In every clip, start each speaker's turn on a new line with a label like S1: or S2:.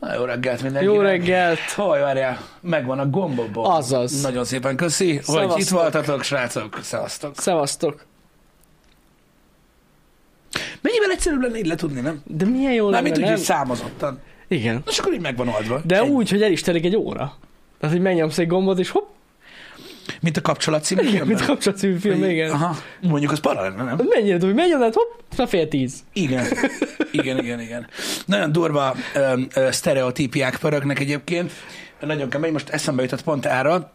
S1: Na, jó reggelt mindenkinek.
S2: Jó reggelt!
S1: Hol várjál? Megvan a gombobom.
S2: Azaz.
S1: Nagyon szépen köszi,
S2: Szevasztok.
S1: hogy itt voltatok, srácok. Szevasztok.
S2: Szevasztok!
S1: Mennyivel egyszerűbb lenne így letudni, nem?
S2: De milyen jó
S1: Nem,
S2: lenne,
S1: mint úgy,
S2: nem?
S1: hogy számozottan.
S2: Igen.
S1: És akkor így megvan oldva.
S2: De
S1: Egy-
S2: úgy, hogy el is telik egy óra. Tehát, hogy megnyomsz egy gombot, és hopp,
S1: Mint a kapcsolat című
S2: igen,
S1: filmben.
S2: mint kapcsolatú film,
S1: Hogy-
S2: igen.
S1: Aha. Mondjuk az para lenne, nem?
S2: Mennyire tudom, hogy megy, hopp, na fél tíz.
S1: Igen, igen, igen, igen. Nagyon durva öm, ö, sztereotípiák pörögnek egyébként. Nagyon kemény, most eszembe jutott pont erre.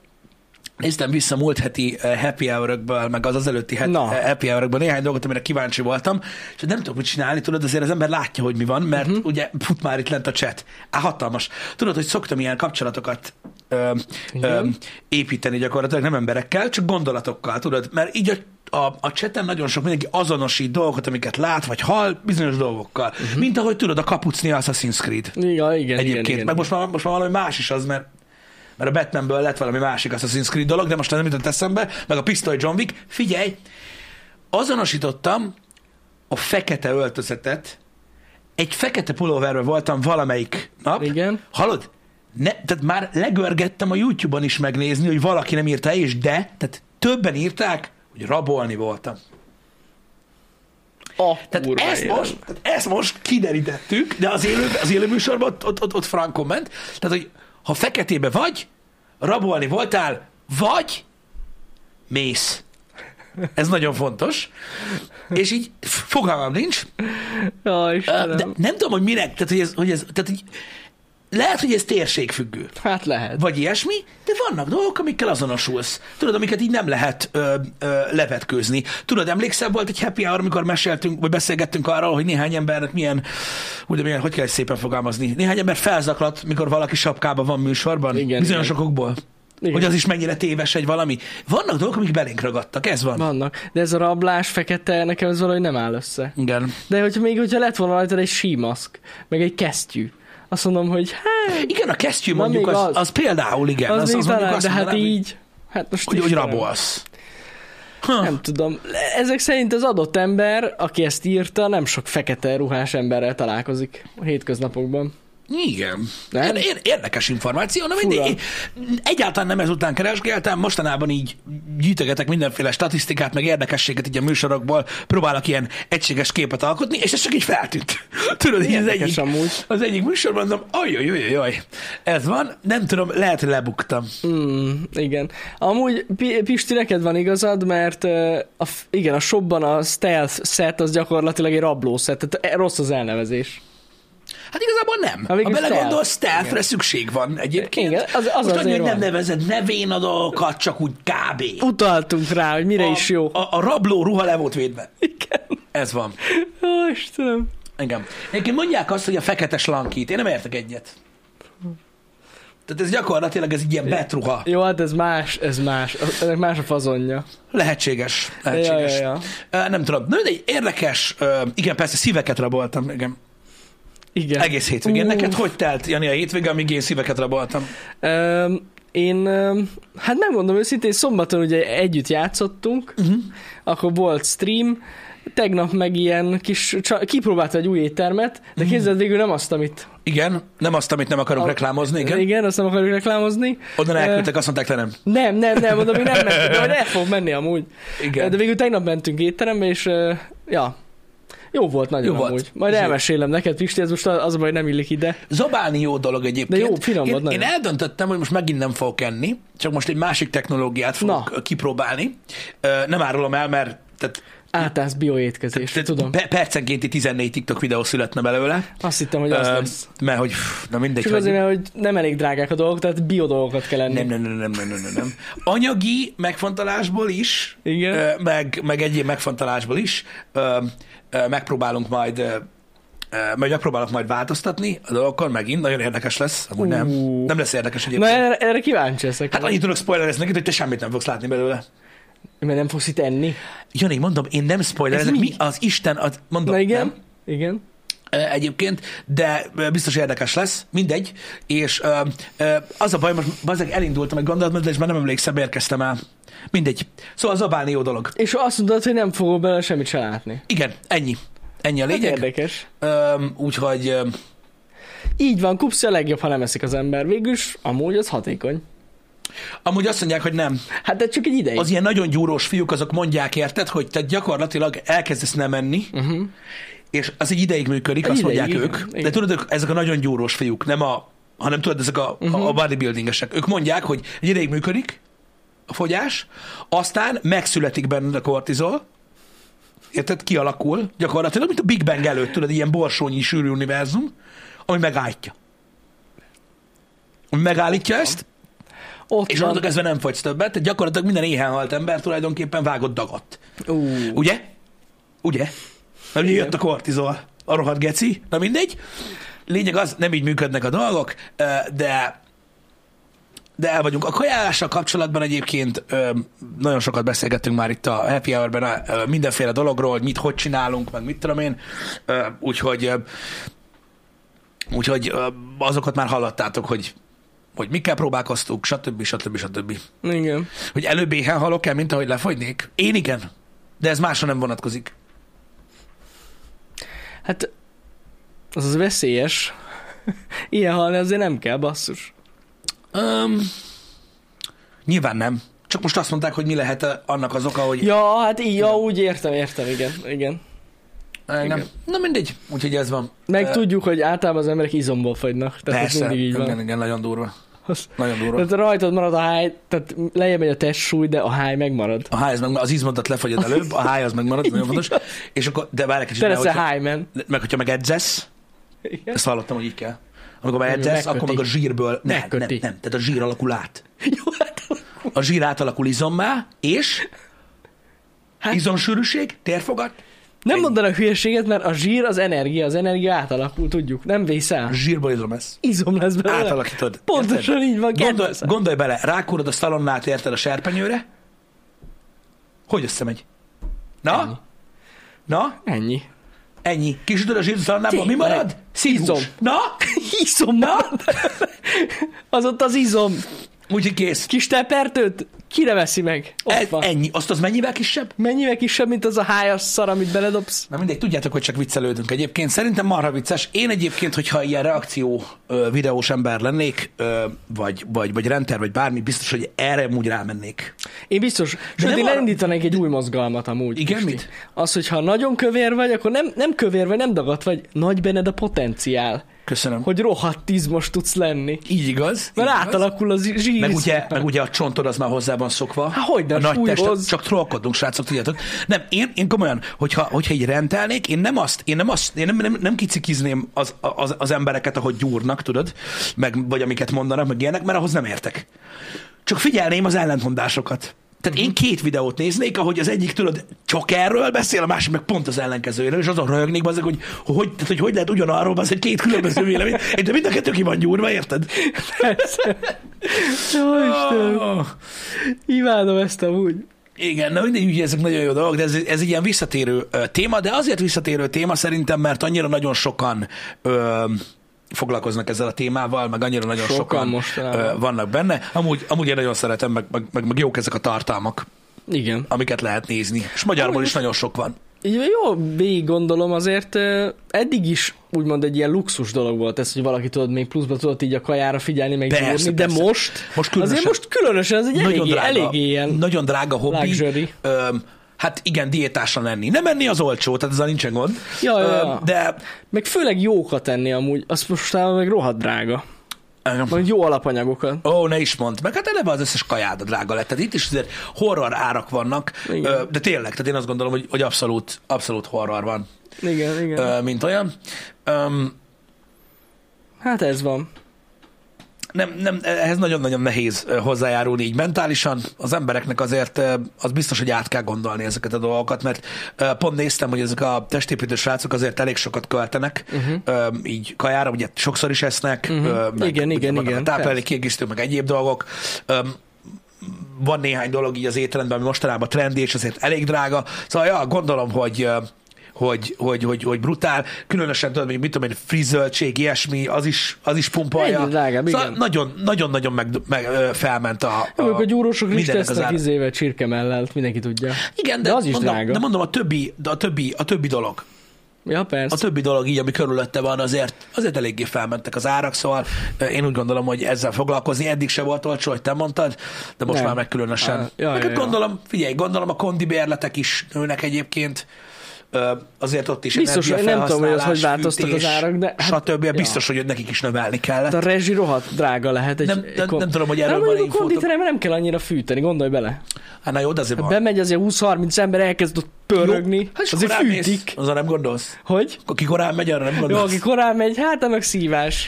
S1: Néztem vissza múlt heti ö, happy hour meg az az előtti het,
S2: Na.
S1: ö, happy hour néhány dolgot, amire kíváncsi voltam, és nem tudok mit csinálni, tudod, azért az ember látja, hogy mi van, mert uh-huh. ugye fut már itt lent a chat. Á, hatalmas. Tudod, hogy szoktam ilyen kapcsolatokat ö, ö,
S2: Igen.
S1: építeni gyakorlatilag, nem emberekkel, csak gondolatokkal, tudod, mert így a a, a cseten nagyon sok mindenki azonosít dolgokat, amiket lát, vagy hall, bizonyos dolgokkal. Uh-huh. Mint ahogy tudod, a kapucni Assassin's Creed.
S2: Igen, igen, igen.
S1: Egyébként,
S2: igen,
S1: meg most már, most már valami más is az, mert, mert a Batmanből lett valami másik Assassin's Creed dolog, de most nem jutott eszembe, meg a pisztoly John Wick. Figyelj, azonosítottam a fekete öltözetet, egy fekete pulóverbe voltam valamelyik nap.
S2: Igen.
S1: Hallod? Ne, tehát már legörgettem a YouTube-on is megnézni, hogy valaki nem írta és de, tehát többen írták, hogy rabolni voltam.
S2: A
S1: Tehát
S2: Ah, kurva
S1: ezt
S2: élet.
S1: most, tehát ezt most kiderítettük, de az élő, az élő műsorban ott, ott, ott, ott frankon ment. Tehát, hogy ha feketébe vagy, rabolni voltál, vagy mész. Ez nagyon fontos. És így fogalmam nincs,
S2: Ja,
S1: ö,
S2: Istenem.
S1: de nem tudom, hogy minek, tehát, hogy ez, hogy ez tehát, hogy lehet, hogy ez térségfüggő
S2: Hát lehet.
S1: vagy ilyesmi, de vannak dolgok, amikkel azonosulsz. Tudod, amiket így nem lehet ö, ö, levetkőzni. Tudod, emlékszel, volt egy happy hour, amikor meséltünk, vagy beszélgettünk arról, hogy néhány embernek milyen, ugye milyen, hogy kell ezt szépen fogalmazni, néhány ember felzaklat, mikor valaki sapkában van műsorban,
S2: Igen,
S1: bizonyos
S2: igen.
S1: okokból.
S2: Igen.
S1: Hogy az is mennyire téves egy valami. Vannak dolgok, amik belénk ragadtak, ez van.
S2: Vannak. De ez a rablás fekete, nekem ez valahogy nem áll össze.
S1: Igen.
S2: De hogyha még hogyha lett volna rajta egy símaszk, meg egy kesztyű, azt mondom, hogy hát,
S1: Igen, a kesztyű
S2: Na,
S1: mondjuk
S2: még
S1: az, az,
S2: az.
S1: az, például, igen.
S2: az,
S1: Az, az, az
S2: még
S1: mondjuk
S2: bele,
S1: azt
S2: de hát
S1: mondanám, hogy-
S2: így, hát most
S1: hogy, hogy
S2: Istenem.
S1: rabolsz. Ha.
S2: Nem tudom. Ezek szerint az adott ember, aki ezt írta, nem sok fekete ruhás emberrel találkozik a hétköznapokban.
S1: Igen.
S2: Nem?
S1: Nem? Érdekes információ, nem
S2: Fura.
S1: mindig. Egyáltalán nem ezután keresgéltem, mostanában így gyűjtögetek mindenféle statisztikát, meg érdekességet így a műsorokból, próbálok ilyen egységes képet alkotni, és ez csak így feltűnt. Tudod, így az
S2: Érdekes
S1: egyik,
S2: amúgy.
S1: az egyik műsorban mondom, ajajajajaj, ez van, nem tudom, lehet, hogy lebuktam.
S2: Mm, igen. Amúgy, Pi- Pisti, neked van igazad, mert ö, a, f- igen, a shopban a stealth set az gyakorlatilag egy rabló set, tehát e- rossz az elnevezés.
S1: Hát igazából nem.
S2: Ha
S1: Ha,
S2: végül
S1: belegondolsz,
S2: stealth.
S1: stealthre szükség van egyébként.
S2: Igen, az-
S1: Most
S2: az
S1: annyi,
S2: azért
S1: hogy nem
S2: van.
S1: nevezed nevén a dolgokat, csak úgy kb.
S2: Utaltunk rá, hogy mire
S1: A-
S2: is jó.
S1: A, a rabló ruha le volt védve.
S2: Igen.
S1: Ez van.
S2: Ó, Istenem.
S1: Engem. Egyébként mondják azt, hogy a fekete slankít. Én nem értek egyet. Tehát ez gyakorlatilag ez egy ilyen betruha.
S2: Jó, hát ez más, ez más. Ennek más a fazonja.
S1: Lehetséges. Lehetséges.
S2: Ja, ja,
S1: Ö, Nem tudom. Na, mindegy, érdekes. Ö, Igen, persze szíveket raboltam. Igen.
S2: Igen.
S1: Egész hétvégén.
S2: Ú.
S1: Neked hogy telt, Jani, a hétvége, amíg én szíveket raboltam?
S2: Öm, én, öm, hát megmondom őszintén, szombaton ugye együtt játszottunk,
S1: Mhm.
S2: uh-huh. akkor volt stream, tegnap meg ilyen kis, csa, kipróbálta egy új éttermet, de
S1: Mhm.
S2: képzeld végül nem azt, amit
S1: Igen. Nem azt, amit nem akarunk
S2: A-
S1: reklámozni,
S2: igen,
S1: igen?
S2: igen azt nem akarjuk reklámozni.
S1: Onnan
S2: Ö,
S1: elküldtek, azt mondták, te nem.
S2: Nem, nem, nem, mondom, még nem mentünk, de majd el fog menni amúgy.
S1: Igen.
S2: De végül tegnap mentünk étterembe, és ö, ja, jó volt nagyon
S1: Jó
S2: jó
S1: volt.
S2: amúgy. Majd
S1: Ez jó.
S2: elmesélem neked, Pisti, ez most az a baj, nem illik ide.
S1: Zabálni jó dolog egyébként.
S2: De jó, finom
S1: én,
S2: volt
S1: én
S2: nagyon.
S1: eldöntöttem, hogy most megint nem fogok enni, csak most egy másik technológiát fogok
S2: Na.
S1: kipróbálni. Ö, Nem árulom el, mert tehát
S2: Átállsz bioétkezés,
S1: Te-
S2: tudom.
S1: Pe- percenkénti 14 TikTok videó születne belőle.
S2: Azt hittem, hogy az
S1: Ö,
S2: lesz.
S1: Mert hogy, pff, na mindegy.
S2: Csak
S1: Hogy...
S2: azért, mert hogy nem elég drágák a dolgok, tehát bio dolgokat kell enni.
S1: Nem, nem, nem, nem, nem, nem, nem, nem. Anyagi megfontolásból is,
S2: Igen.
S1: ö, meg, meg egyéb megfontolásból is ö, ö, megpróbálunk majd ö, ö, majd megpróbálok majd változtatni a dolgokon, megint nagyon érdekes lesz, amúgy nem.
S2: Ú.
S1: Nem lesz érdekes
S2: Na
S1: egyébként. Na,
S2: erre, erre kíváncsi leszek.
S1: hát annyit tudok spoilerezni neked, hogy te semmit nem fogsz látni belőle.
S2: Mert nem fogsz itt enni.
S1: Jani, mondom, én nem spoilerezek,
S2: mi?
S1: mi? az Isten, az, mondom,
S2: Na igen?
S1: nem.
S2: Igen.
S1: Ö, egyébként, de ö, biztos érdekes lesz, mindegy, és ö, ö, az a baj, most bazeg elindultam egy gondolatmenet, és már nem emlékszem, érkeztem el. Mindegy. Szóval zabálni jó dolog.
S2: És azt mondod, hogy nem fogok belőle semmit se látni.
S1: Igen, ennyi. Ennyi a
S2: Hát
S1: lényeg.
S2: érdekes.
S1: Ö, Úgyhogy ö,
S2: Így van, kupszi a legjobb, ha nem eszik az ember. Végülis amúgy az hatékony.
S1: Amúgy azt mondják, hogy nem.
S2: Hát de csak egy ideig.
S1: Az ilyen nagyon gyúrós fiúk, azok mondják, érted, hogy te gyakorlatilag elkezdesz nem enni, uh-huh. és az egy ideig működik,
S2: Mhm. Egy
S1: azt
S2: ideig,
S1: mondják
S2: igen,
S1: ők. De
S2: igen.
S1: tudod, ők- ezek a nagyon gyúrós fiúk, nem a, hanem tudod, ezek a,
S2: Mhm.
S1: uh-huh. a bodybuildingesek. Ők mondják, hogy egy ideig működik a fogyás, aztán megszületik benned a kortizol, érted, kialakul gyakorlatilag, mint a Big Bang előtt, tudod, ilyen borsónyi sűrű univerzum, ami megállítja. Ami megállítja ezt,
S2: Ott
S1: és onnantól
S2: van.
S1: kezdve nem fogysz többet, tehát gyakorlatilag minden éhen halt ember tulajdonképpen vágott dagadt.
S2: Ú,
S1: Ugye? Ugye? Na ugye
S2: Igen.
S1: Mm. jött a kortizol, a rohadt geci, na mindegy. Lényeg az, nem így működnek a dolgok, ö, de de el vagyunk. A kajálással kapcsolatban egyébként ö, nagyon sokat beszélgettünk már itt a Happy Hour-ben ö, mindenféle dologról, hogy mit, hogy csinálunk, meg mit tudom én. Ö, úgyhogy ö, úgyhogy ö, azokat már hallottátok, hogy, hogy mikkel próbálkoztunk, stb. stb. stb
S2: igen.
S1: hogy előbb éhen halok el, mint ahogy lefogynék? Én igen, de ez másra nem vonatkozik.
S2: Hát az az veszélyes. Ilyen halni azért nem kell, basszus.
S1: Um, nyilván nem. Csak most azt mondták, hogy mi lehet eh, annak az oka, hogy
S2: Ja, hát így, ja, úgy értem, értem, igen, igen.
S1: ja, Eh, nem.
S2: igen.
S1: Na mindegy, úgyhogy ez van.
S2: Meg
S1: Eh,
S2: tudjuk, hogy általában az emberek izomból fogynak, tehát ez
S1: Persze,
S2: mindig így
S1: igen,
S2: van.
S1: igen, nagyon durva.
S2: Az-
S1: Nagyon durva.
S2: Tehát rajtad marad a háj, tehát lejjebb megy a testsúly, de a háj megmarad.
S1: A háj az meg, az izmodat lefogyod előbb, a háj az megmarad, nagyon fontos. És akkor, de várj egy kicsit,
S2: Te
S1: mert
S2: leszel
S1: hogyha,
S2: hájmen.
S1: meg hogyha meg edzesz, ezt hallottam, hogy így kell. Amikor már
S2: Nagyon
S1: edzesz, akkor
S2: megköti.
S1: meg a zsírből, nem, nem, nem,
S2: Megköti.
S1: tehát a zsír alakul át.
S2: Jó, hát,
S1: A zsír átalakul izommá, és
S2: Hát-
S1: izomsűrűség, térfogat,
S2: nem mondanak hülyeséget, mert a zsír az energia, az energia átalakul, tudjuk. Nem vész el.
S1: zsírból izom ez.
S2: Izom lesz belőle.
S1: Átalakítod.
S2: Pontosan így van.
S1: Gondolj,
S2: kedves.
S1: gondolj bele, rákúrod a szalonnát, érted a serpenyőre, hogy összemegy? Na?
S2: Ennyi.
S1: Na?
S2: Ennyi.
S1: Ennyi. Kisütöd a zsírt a szalonnából, mi
S2: Tényleg.
S1: marad? Szívhús.
S2: Izom.
S1: Na?
S2: Izom marad. Az ott az izom.
S1: Úgyhogy kész.
S2: Kis tepertőt kire veszi meg? Ott
S1: E-
S2: van.
S1: ennyi. Azt az mennyivel kisebb?
S2: Mennyivel kisebb, mint az a hájas szar, amit beledobsz?
S1: Na mindegy, tudjátok, hogy csak viccelődünk egyébként. Szerintem marha vicces. Én egyébként, hogyha ilyen reakció ö, videós ember lennék, ö, vagy, vagy, vagy renter, vagy bármi, biztos, hogy erre úgy rámennék.
S2: Én biztos. Sőt,
S1: nem
S2: én
S1: arra-
S2: elindítanék egy új mozgalmat amúgy.
S1: Igen,
S2: Pisti.
S1: mit?
S2: Az, hogyha nagyon kövér vagy, akkor nem, nem kövér vagy, nem dagat vagy. Nagy benned a potenciál,
S1: Köszönöm. Hogy
S2: hogy rohadt izmos tudsz lenni.
S1: így igaz.
S2: Mert
S1: így igaz.
S2: átalakul az zsír.
S1: Meg ugye, meg ugye a csontod az már hozzá van szokva.
S2: Há, hogy nem,
S1: a nagy
S2: súlyhoz.
S1: testet, csak trollkodunk, srácok, tudjátok. Nem, én, én komolyan, hogyha, hogyha így rendelnék, én nem azt, én nem azt, én nem, nem, nem kicikizném az, az, az, embereket, ahogy gyúrnak, tudod, meg, vagy amiket mondanak, meg ilyenek, mert ahhoz nem értek. Csak figyelném az ellentmondásokat. Tehát én két videót néznék, ahogy az egyik tudod csak erről beszél, a másik meg pont az ellenkezőjéről, és azon röhögnék bazeg, hogy hogy, tehát, hogy, hogy lehet ugyanarról bazeg két különböző vélemény, de mind a kettő ki van gyúrva, érted?
S2: Persze. Jó, Istenem.
S1: Oh.
S2: Imádom ezt amúgy.
S1: Igen, na mindegy, ugye ezek nagyon jó dolgok, de ez, ez egy ilyen visszatérő ö, téma, de azért visszatérő téma szerintem, mert annyira nagyon sokan ö, foglalkoznak ezzel a témával, meg annyira nagyon
S2: Sokan
S1: sokan,
S2: mostanában.
S1: vannak benne. Amúgy, amúgy én nagyon szeretem, meg, meg, meg, meg jók ezek a tartalmak,
S2: Igen.
S1: amiket lehet nézni. És magyarból is nagyon sok van.
S2: Így jó, végig gondolom azért ö, eddig is úgymond egy ilyen luxus dolog volt ez, hogy valaki tudod még pluszba tudod így a kajára figyelni, meg
S1: Persze,
S2: gyúrni, de
S1: persze.
S2: most,
S1: Most különösen.
S2: azért most különösen ez egy
S1: Nagyon
S2: eléggé,
S1: drága,
S2: eléggé ilyen
S1: nagyon drága hobbi.
S2: luxury.
S1: Ö, hát igen, diétásan enni. Nem enni az olcsó, tehát ezzel nincsen gond.
S2: Ja, ja, ja.
S1: De
S2: Meg főleg jókat enni amúgy, az mostában meg rohadt drága. Vagy jó alapanyagokat.
S1: Ó, ne is mondd. Meg hát eleve az összes kajád a drága lett. Tehát itt is azért horror árak vannak,
S2: Igen.
S1: Ö, de tényleg, tehát én azt gondolom, hogy, hogy abszolút, abszolút horror van,
S2: Igen, igen.
S1: Ö, mint olyan. Öm,
S2: Hát ez van.
S1: nem, nem, ehhez nagyon-nagyon nehéz ö, hozzájárulni így mentálisan. Az embereknek azért ö, az biztos, hogy át kell gondolni ezeket a dolgokat, mert ö, pont néztem, hogy ezek a testépítő srácok azért elég sokat költenek, uh-huh. így kajára, ugye sokszor is esznek,
S2: Mhm.
S1: ö, meg,
S2: Igen,
S1: ugye
S2: igen,
S1: vannak
S2: igen,
S1: a
S2: persze.
S1: táplálék kiegészítő, meg egyéb dolgok. Öm, van néhány dolog így az étteremben, ami mostanában trendi, és azért elég drága. Szóval ja, gondolom, hogy ö, hogy, hogy, hogy, hogy brutál, különösen tudod, még mit tudom én, friss zöldség, ilyesmi, az is, az is pumpolja.
S2: Egyre drágább,
S1: szóval
S2: igen.
S1: nagyon, nagyon-nagyon meg, meg, ö, felment a,
S2: Jó, a, a gyúrósok is
S1: mindennek az
S2: tesznek
S1: ára.
S2: izével csirke mellett, mindenki tudja.
S1: Igen, de,
S2: izé- de az is
S1: mondom,
S2: drága.
S1: de mondom, a többi, de a többi, a többi dolog.
S2: Ja, persze.
S1: A többi dolog így, ami körülötte van, azért, azért eléggé felmentek az árak, szóval ö, én úgy gondolom, hogy ezzel foglalkozni eddig se volt olcsó, hogy te mondtad, de most
S2: Nem.
S1: már meg különösen.
S2: Á,
S1: Hát,
S2: ja, ja, ja.
S1: gondolom, figyelj, gondolom a kondi bérletek is nőnek egyébként, Ö, azért ott is
S2: Biztos, hogy nem tudom, hogy az hogy
S1: energiafelhasználás,
S2: változtak az árak, de hát-
S1: stb.
S2: ja.
S1: Biztos, hogy nekik is növelni kellett.
S2: De Hát a rezsi rohadt drága lehet. Egy,
S1: Nem-
S2: egy
S1: nem- nem tudom, hogy erről
S2: Hát
S1: van-e
S2: mondjuk a
S1: infótok.
S2: konditeremben nem kell annyira fűteni, gondolj bele.
S1: Hát na jó, de azért
S2: Ha
S1: van.
S2: bemegy azért 20-30 ember, elkezd ott pörögni,
S1: Hát és
S2: azért
S1: korán mész.
S2: fűtik.
S1: Azon nem gondolsz.
S2: Hogy?
S1: Aki korán megy, arra nem
S2: Jó,
S1: gondolsz.
S2: aki korán megy, hát annak szívás.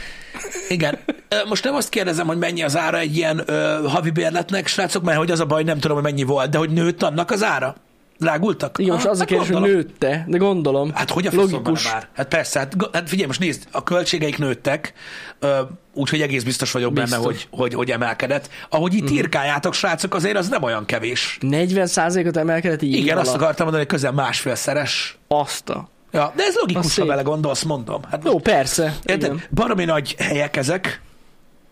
S1: Igen. Ö, Most nem azt kérdezem, hogy mennyi az ára egy ilyen ö, havi bérletnek, srácok, mert hogy az a baj, nem tudom, hogy mennyi volt, de hogy nőtt annak az ára? Drágultak?
S2: Igen, most
S1: Aha,
S2: az a kérdés, hogy
S1: Ah, hát gondolom.
S2: nőtte, de gondolom.
S1: Hát hogy a logikus. már? Hát persze, hát, g- hát figyelj, most nézd, a költségeik nőttek, ö, úgyhogy egész biztos vagyok biztos.
S2: Biztos. Mhm.
S1: benne, hogy, hogy, hogy emelkedett. Ahogy itt mm. írkáljátok, srácok, azért az nem olyan kevés.
S2: 40%-ot emelkedett így
S1: Igen, azt
S2: alatt.
S1: akartam mondani, hogy közel másfélszeres.
S2: Azt a...
S1: Ja, de ez
S2: Az
S1: logikus, ha
S2: szép.
S1: vele gondolsz, mondom. Hát
S2: Jó, persze. Igen.
S1: Érted? Baromi nagy helyek ezek.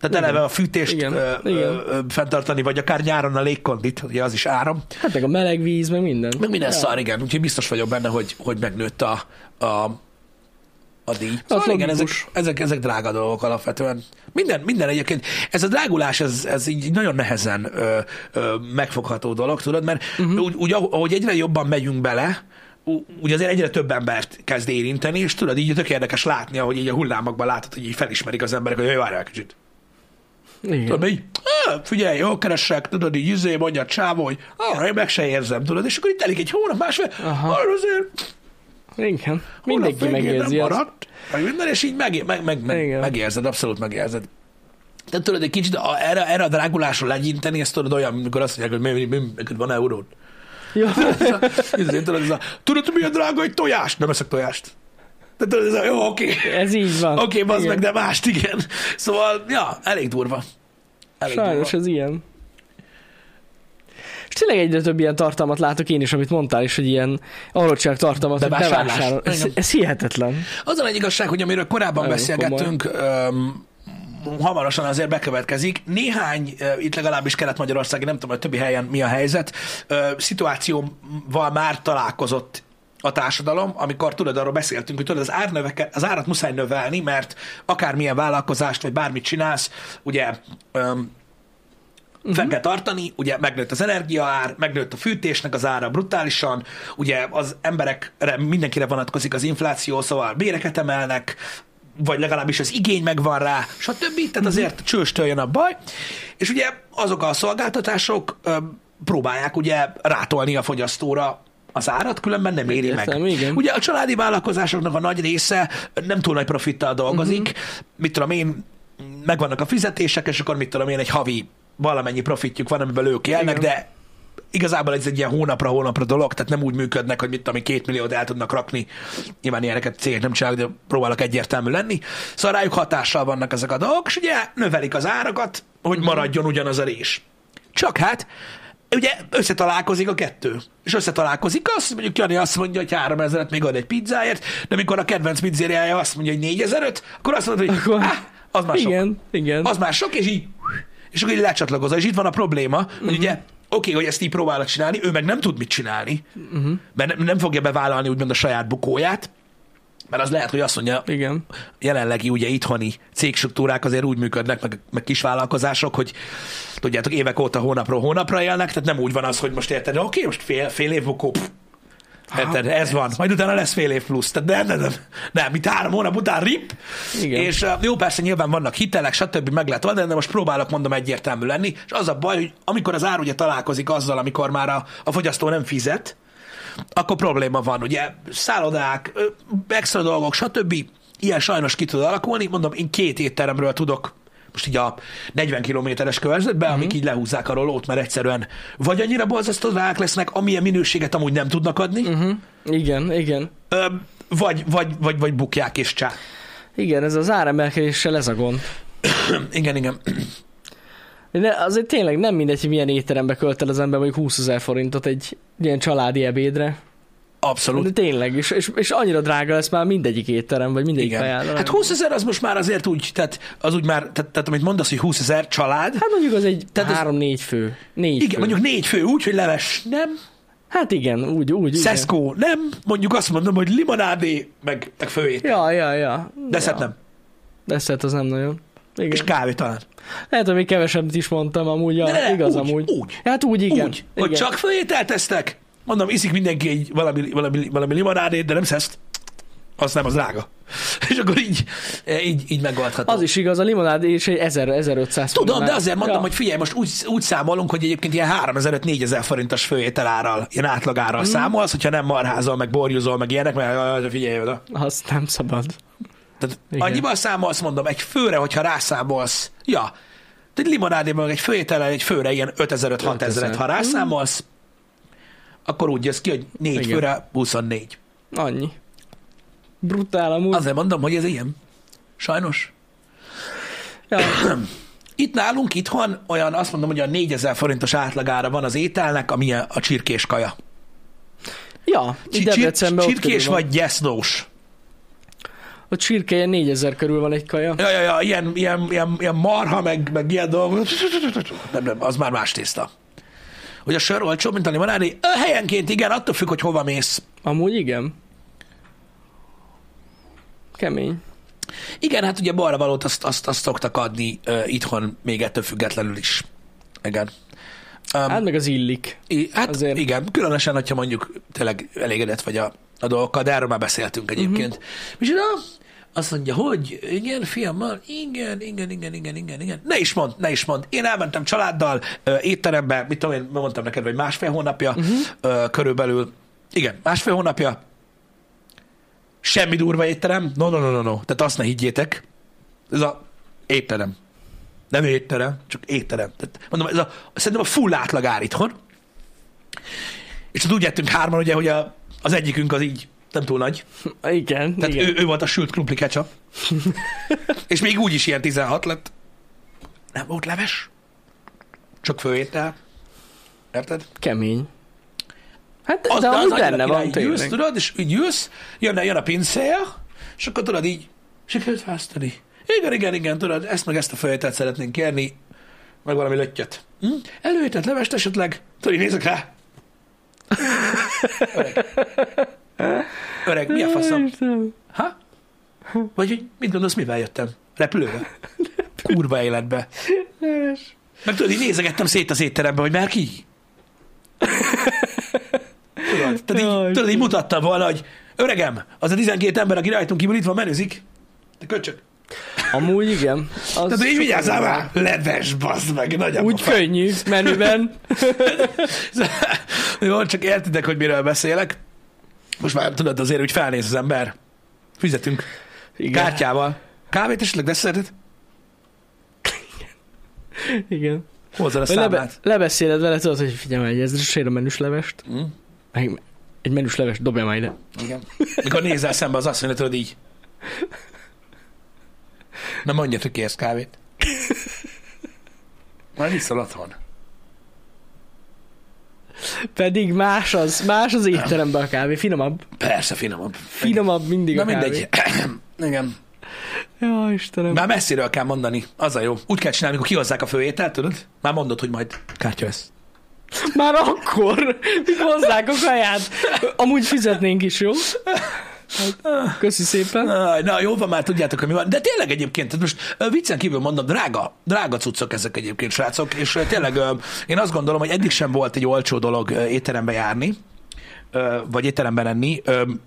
S1: Tehát eleve a fűtést
S2: Igen.
S1: Igen. Ö,
S2: Igen.
S1: Ö, ö, fenntartani, vagy akár nyáron a légkondit, ugye az is áram.
S2: Hát meg a meleg víz, meg minden.
S1: Meg minden ja. szar, igen. Úgyhogy biztos vagyok benne, hogy, hogy megnőtt a, a, a díj. Szóval igen, ezek,
S2: logikus.
S1: ezek, ezek, drága dolgok alapvetően. Minden, minden egyébként. Ez a drágulás, ez, ez így nagyon nehezen ö, ö, megfogható dolog, tudod, mert uh-huh. úgy, úgy, ahogy ahogy egyre jobban megyünk bele, ú- úgy azért egyre több embert kezd érinteni, és tudod, így tök érdekes látni, ahogy így a hullámokban látod, hogy így felismerik az emberek, hogy jaj, várjál kicsit.
S2: Igen.
S1: Tudod, így, "Á, figyelj, jól keresek, tudod, így izé, mondja a csávó, hogy arra én meg se érzem, tudod, és akkor itt telik egy hónap, másfél,
S2: Aha.
S1: arra azért
S2: Igen.
S1: hónap
S2: Mindenki
S1: végén
S2: megérzi
S1: nem
S2: azt.
S1: maradt, meg minden, és így meg, meg, meg, meg,
S2: Igen.
S1: megérzed, abszolút megérzed. De tudod, egy kicsit a, erre, erre a drágulásra legyinteni, ezt tudod olyan, amikor azt mondják, hogy mi, mi, mi, neked van euród.
S2: Jó.
S1: Ez a- ez a- Tudod, ez a, tudod, hogy milyen drága egy tojás? Nem eszek tojást. De tudod, ez a, jó, oké.
S2: Ez így van.
S1: Oké, bazd
S2: Igen.
S1: meg, de mást, igen. Szóval, ja, elég durva. Elég
S2: Sajnos
S1: durva.
S2: ez ilyen. És tényleg egyre több ilyen tartalmat látok én is, amit mondtál is, hogy ilyen alacsonyabb tartalmat hogy
S1: Bevásárlás.
S2: bevásárol. Ez,
S1: Igen.
S2: ez hihetetlen.
S1: Az a nagy igazság, hogy amiről korábban
S2: Nagyon
S1: beszélgettünk, öm, hamarosan azért bekövetkezik. Néhány, ö, itt legalábbis Kelet-Magyarországi, nem tudom, hogy többi helyen mi a helyzet, ö, szituációval már találkozott a társadalom, amikor tudod, arról beszéltünk, hogy tudod, az, árnöveke, az árat muszáj növelni, mert akármilyen vállalkozást, vagy bármit csinálsz, ugye öm, fel kell tartani, ugye megnőtt az energiaár, megnőtt a fűtésnek az ára brutálisan, ugye az emberekre, mindenkire vonatkozik az infláció, szóval béreket emelnek, vagy legalábbis az igény megvan rá, stb.
S2: Mhm.
S1: Tehát azért csőstől jön a baj. És ugye azok a szolgáltatások ö, próbálják ugye rátolni a fogyasztóra az árat, különben nem éri meg.
S2: Értem, igen.
S1: Ugye a családi vállalkozásoknak a nagy része nem túl nagy profittal dolgozik,
S2: Mhm.
S1: uh-huh. mit tudom én, megvannak a fizetések, és akkor mit tudom én, egy havi valamennyi profitjuk van, amiből ők élnek,
S2: Igen.
S1: de igazából ez egy ilyen hónapra-hónapra dolog, tehát nem úgy működnek, hogy mit tudom én, két milliót el tudnak rakni. Nyilván ilyeneket cégek nem csinálnak, de próbálok egyértelmű lenni. Szóval rájuk hatással vannak ezek a dolgok, és ugye növelik az árakat, hogy maradjon ugyanaz a rés. Csak hát, ugye összetalálkozik a kettő. És összetalálkozik az, mondjuk Jani azt mondja, hogy 3000 még ad egy pizzáért, de mikor a kedvenc pizzériája azt mondja, hogy 4000 akkor azt mondod, hogy
S2: Akkor-
S1: akkor... az már sok
S2: igen, igen.
S1: az már sok, és így, és akkor így lecsatlakozol. És itt van a probléma, hogy
S2: Mhm.
S1: ugye, oké, hogy ezt így próbálod csinálni, ő meg nem tud mit csinálni,
S2: Mhm.
S1: uh-huh. mert nem, nem fogja bevállalni úgymond a saját bukóját, mert az lehet, hogy azt mondja,
S2: Igen.
S1: jelenlegi ugye itthoni cégstruktúrák azért úgy működnek, meg, meg kisvállalkozások, hogy tudjátok, évek óta hónapról hónapra élnek, tehát nem úgy van az, hogy most érted, oké, most fél, fél év bukó, pff, érted, Hát, ez van, majd utána lesz fél év plusz, tehát nem, nem, nem, nem itt három hónap után rip,
S2: Igen.
S1: és ö, jó, persze nyilván vannak hitelek, stb. meg lehet oldani, de most próbálok mondom egyértelmű lenni, és az a baj, hogy amikor az ár ugye találkozik azzal, amikor már a, a fogyasztó nem fizet, akkor probléma van, ugye szállodák, ö, extra dolgok, stb. Ilyen sajnos ki tud alakulni. Mondom, én két étteremről tudok most így a 40 kilométeres körzetben, uh-huh. amik így lehúzzák a rolót, mert egyszerűen vagy annyira borzasztó drágák lesznek, amilyen minőséget amúgy nem tudnak adni, uh-huh.
S2: Hm? Igen, igen.
S1: ö, vagy, vagy, vagy, vagy bukják és csá.
S2: Igen, ez az áremelkedéssel ez a gond.
S1: igen, igen.
S2: De azért tényleg nem mindegy, hogy milyen étterembe költ el az ember mondjuk 20 ezer forintot egy ilyen családi ebédre.
S1: Abszolút.
S2: De tényleg, és, és, és annyira drága lesz már mindegyik étterem, vagy mindegyik
S1: Igen.
S2: ajánló.
S1: Hát 20 ezer az most már azért úgy, tehát az úgy már, tehát, tehát amit mondasz, hogy 20 ezer család,
S2: Hát mondjuk az egy
S1: Tehát ez-
S2: 3-4 fő. Négy
S1: igen,
S2: fő.
S1: mondjuk négy fő úgy, hogy leves, nem?
S2: Hát igen, úgy, úgy. igen.
S1: Szeszkó, nem. Mondjuk azt mondom, hogy limonádé, meg, meg főét.
S2: Ja, ja, ja.
S1: De
S2: ja.
S1: ja. nem.
S2: Deszert az nem nagyon. Igen.
S1: És kávé talán.
S2: Lehet, hogy még kevesebbet is mondtam amúgy, ja,
S1: De ne,
S2: igaz
S1: úgy,
S2: amúgy.
S1: úgy.
S2: Hát úgy, igen.
S1: Úgy,
S2: igen.
S1: hogy csak főét eltesztek. Mondom, iszik mindenki egy valami, valami, valami limonádét, de nem szeszt. Az nem, az drága. És akkor így, így, így megoldható.
S2: Az is igaz, a limonád és egy 1000, 1500
S1: Tudom,
S2: forinás.
S1: de azért mondom,
S2: ja.
S1: hogy figyelj, most úgy, úgy számolunk, hogy egyébként ilyen 3500-4000 forintos főételárral, ilyen átlagárral mm.
S2: Mhm.
S1: számolsz, hogyha nem marházol, meg borjúzol, meg ilyenek, mert jaj, figyelj oda.
S2: Azt nem szabad.
S1: Tehát
S2: Igen.
S1: annyiban számolsz, mondom, egy főre, hogyha rászámolsz, ja, de egy limonádében, meg egy főétellel, egy főre ilyen 5000-6000-et,
S2: 5000.
S1: ha rászámolsz, akkor úgy jössz ki, hogy négy
S2: Igen.
S1: főre 24.
S2: Annyi. Brutál amúgy. Az...
S1: Azért mondom, hogy ez ilyen. Sajnos.
S2: Ja.
S1: Itt nálunk, itthon olyan, azt mondom, hogy a 4000 forintos átlagára van az ételnek, ami a a csirkés kaja.
S2: ja, itt
S1: Csir-
S2: Debrecenben ott
S1: Csirkés
S2: körül van.
S1: vagy gyesznós.
S2: A csirkeje 4000 körül van egy kaja.
S1: Ja, ja, ja, ilyen, ilyen, ilyen, ilyen marha, meg, meg ilyen dolgok. Nem, nem, az már más tészta. Hogy a sör olcsó, mint a limonádé? Ö, Helyenként igen, attól függ, hogy hova mész.
S2: Amúgy igen. Kemény.
S1: Igen, hát ugye balra valót azt, azt, azt szoktak adni uh, itthon még ettől függetlenül is. Igen. Um,
S2: Hát meg az illik.
S1: I- Hát
S2: Azért.
S1: Azért. igen, különösen, hogyha mondjuk tényleg elégedett vagy a, a dolgokkal, de erről már beszéltünk egyébként. Uh-huh. Micsoda? Azt mondja, hogy igen, fiammal, igen, igen, igen, igen, igen, igen. Ne is mond, ne is mond. Én elmentem családdal ö, étterembe, mit tudom én, mondtam neked, hogy másfél hónapja uh-huh. ö, körülbelül. Igen, másfél hónapja. Semmi durva étterem. No, no, no, no, no. Tehát azt ne higgyétek. Ez a étterem. Nem étterem, csak étterem. Tehát mondom, ez a, szerintem a full átlag ár itthon. És ott úgy ettünk hárman, ugye, hogy a, az egyikünk az így nem túl nagy.
S2: Igen,
S1: Tehát
S2: igen.
S1: ő, ő, volt a sült krumpli ketchup. és még úgy is ilyen 16 lett. Nem volt leves. Csak főétel. Érted?
S2: Kemény. Hát az, de amúgy benne van
S1: jössz,
S2: tényleg.
S1: tudod, és így jössz, jön, jön a pincél, és akkor tudod így, sikerült választani. Igen, igen, igen, tudod, ezt meg ezt a főételt szeretnénk kérni, meg valami löttyöt. Hm? Előételt levest esetleg, tudod, így nézek rá. Öreg. Öreg, mi a faszom?
S2: Istenem.
S1: Ha? Vagy hogy mit gondolsz, mivel jöttem? Repülővel? Kurva életbe.
S2: Leves.
S1: Meg tudod, így nézegettem szét az étterembe, hogy már ki? Tudod, tehát
S2: Jaj,
S1: így, tudod, így mutattam volna, hogy öregem, az a 12 ember, aki rajtunk kívül itt van, menőzik. Te köcsök.
S2: Amúgy igen. Az
S1: Tehát így
S2: sokkal
S1: vigyázzál
S2: jobb.
S1: már, leves, bazd meg, nagy
S2: Úgy könnyű menüben.
S1: Jó, csak értitek, hogy miről beszélek. Most már tudod, azért úgy felnéz az ember. Fizetünk.
S2: Igen.
S1: Kártyával. Kávét esetleg desszertet?
S2: Igen.
S1: Hozzá a
S2: Vagy lebe,
S1: számlát.
S2: lebeszéled vele, tudod, hogy figyelj, egy ezresére menüs levest.
S1: Mm.
S2: Meg egy menüs levest, dobja már ide.
S1: Igen. Mikor nézel szembe az asszonyra, tudod így. Na mondja, hogy kérsz kávét. Már iszol otthon.
S2: Pedig más az, más az étteremben a kávé, finomabb.
S1: Persze, finomabb.
S2: Finomabb mindig
S1: Na
S2: a kávé.
S1: mindegy. Igen.
S2: Ja, Istenem.
S1: Már messziről kell mondani. Az a jó. Úgy kell csinálni, amikor kihozzák a főételt, tudod? Már mondod, hogy majd kártya lesz.
S2: Már akkor, mi hozzák a kaját. Amúgy fizetnénk is, jó? Hát, Köszi szépen.
S1: Aj, Na, jó van, már tudjátok, hogy mi van. De tényleg egyébként, tehát most ö, viccen kívül mondom, drága, drága cuccok ezek egyébként, srácok, és ö, tényleg ö, én azt gondolom, hogy eddig sem volt egy olcsó dolog ö, étterembe járni, ö, vagy étteremben enni. Ö, m-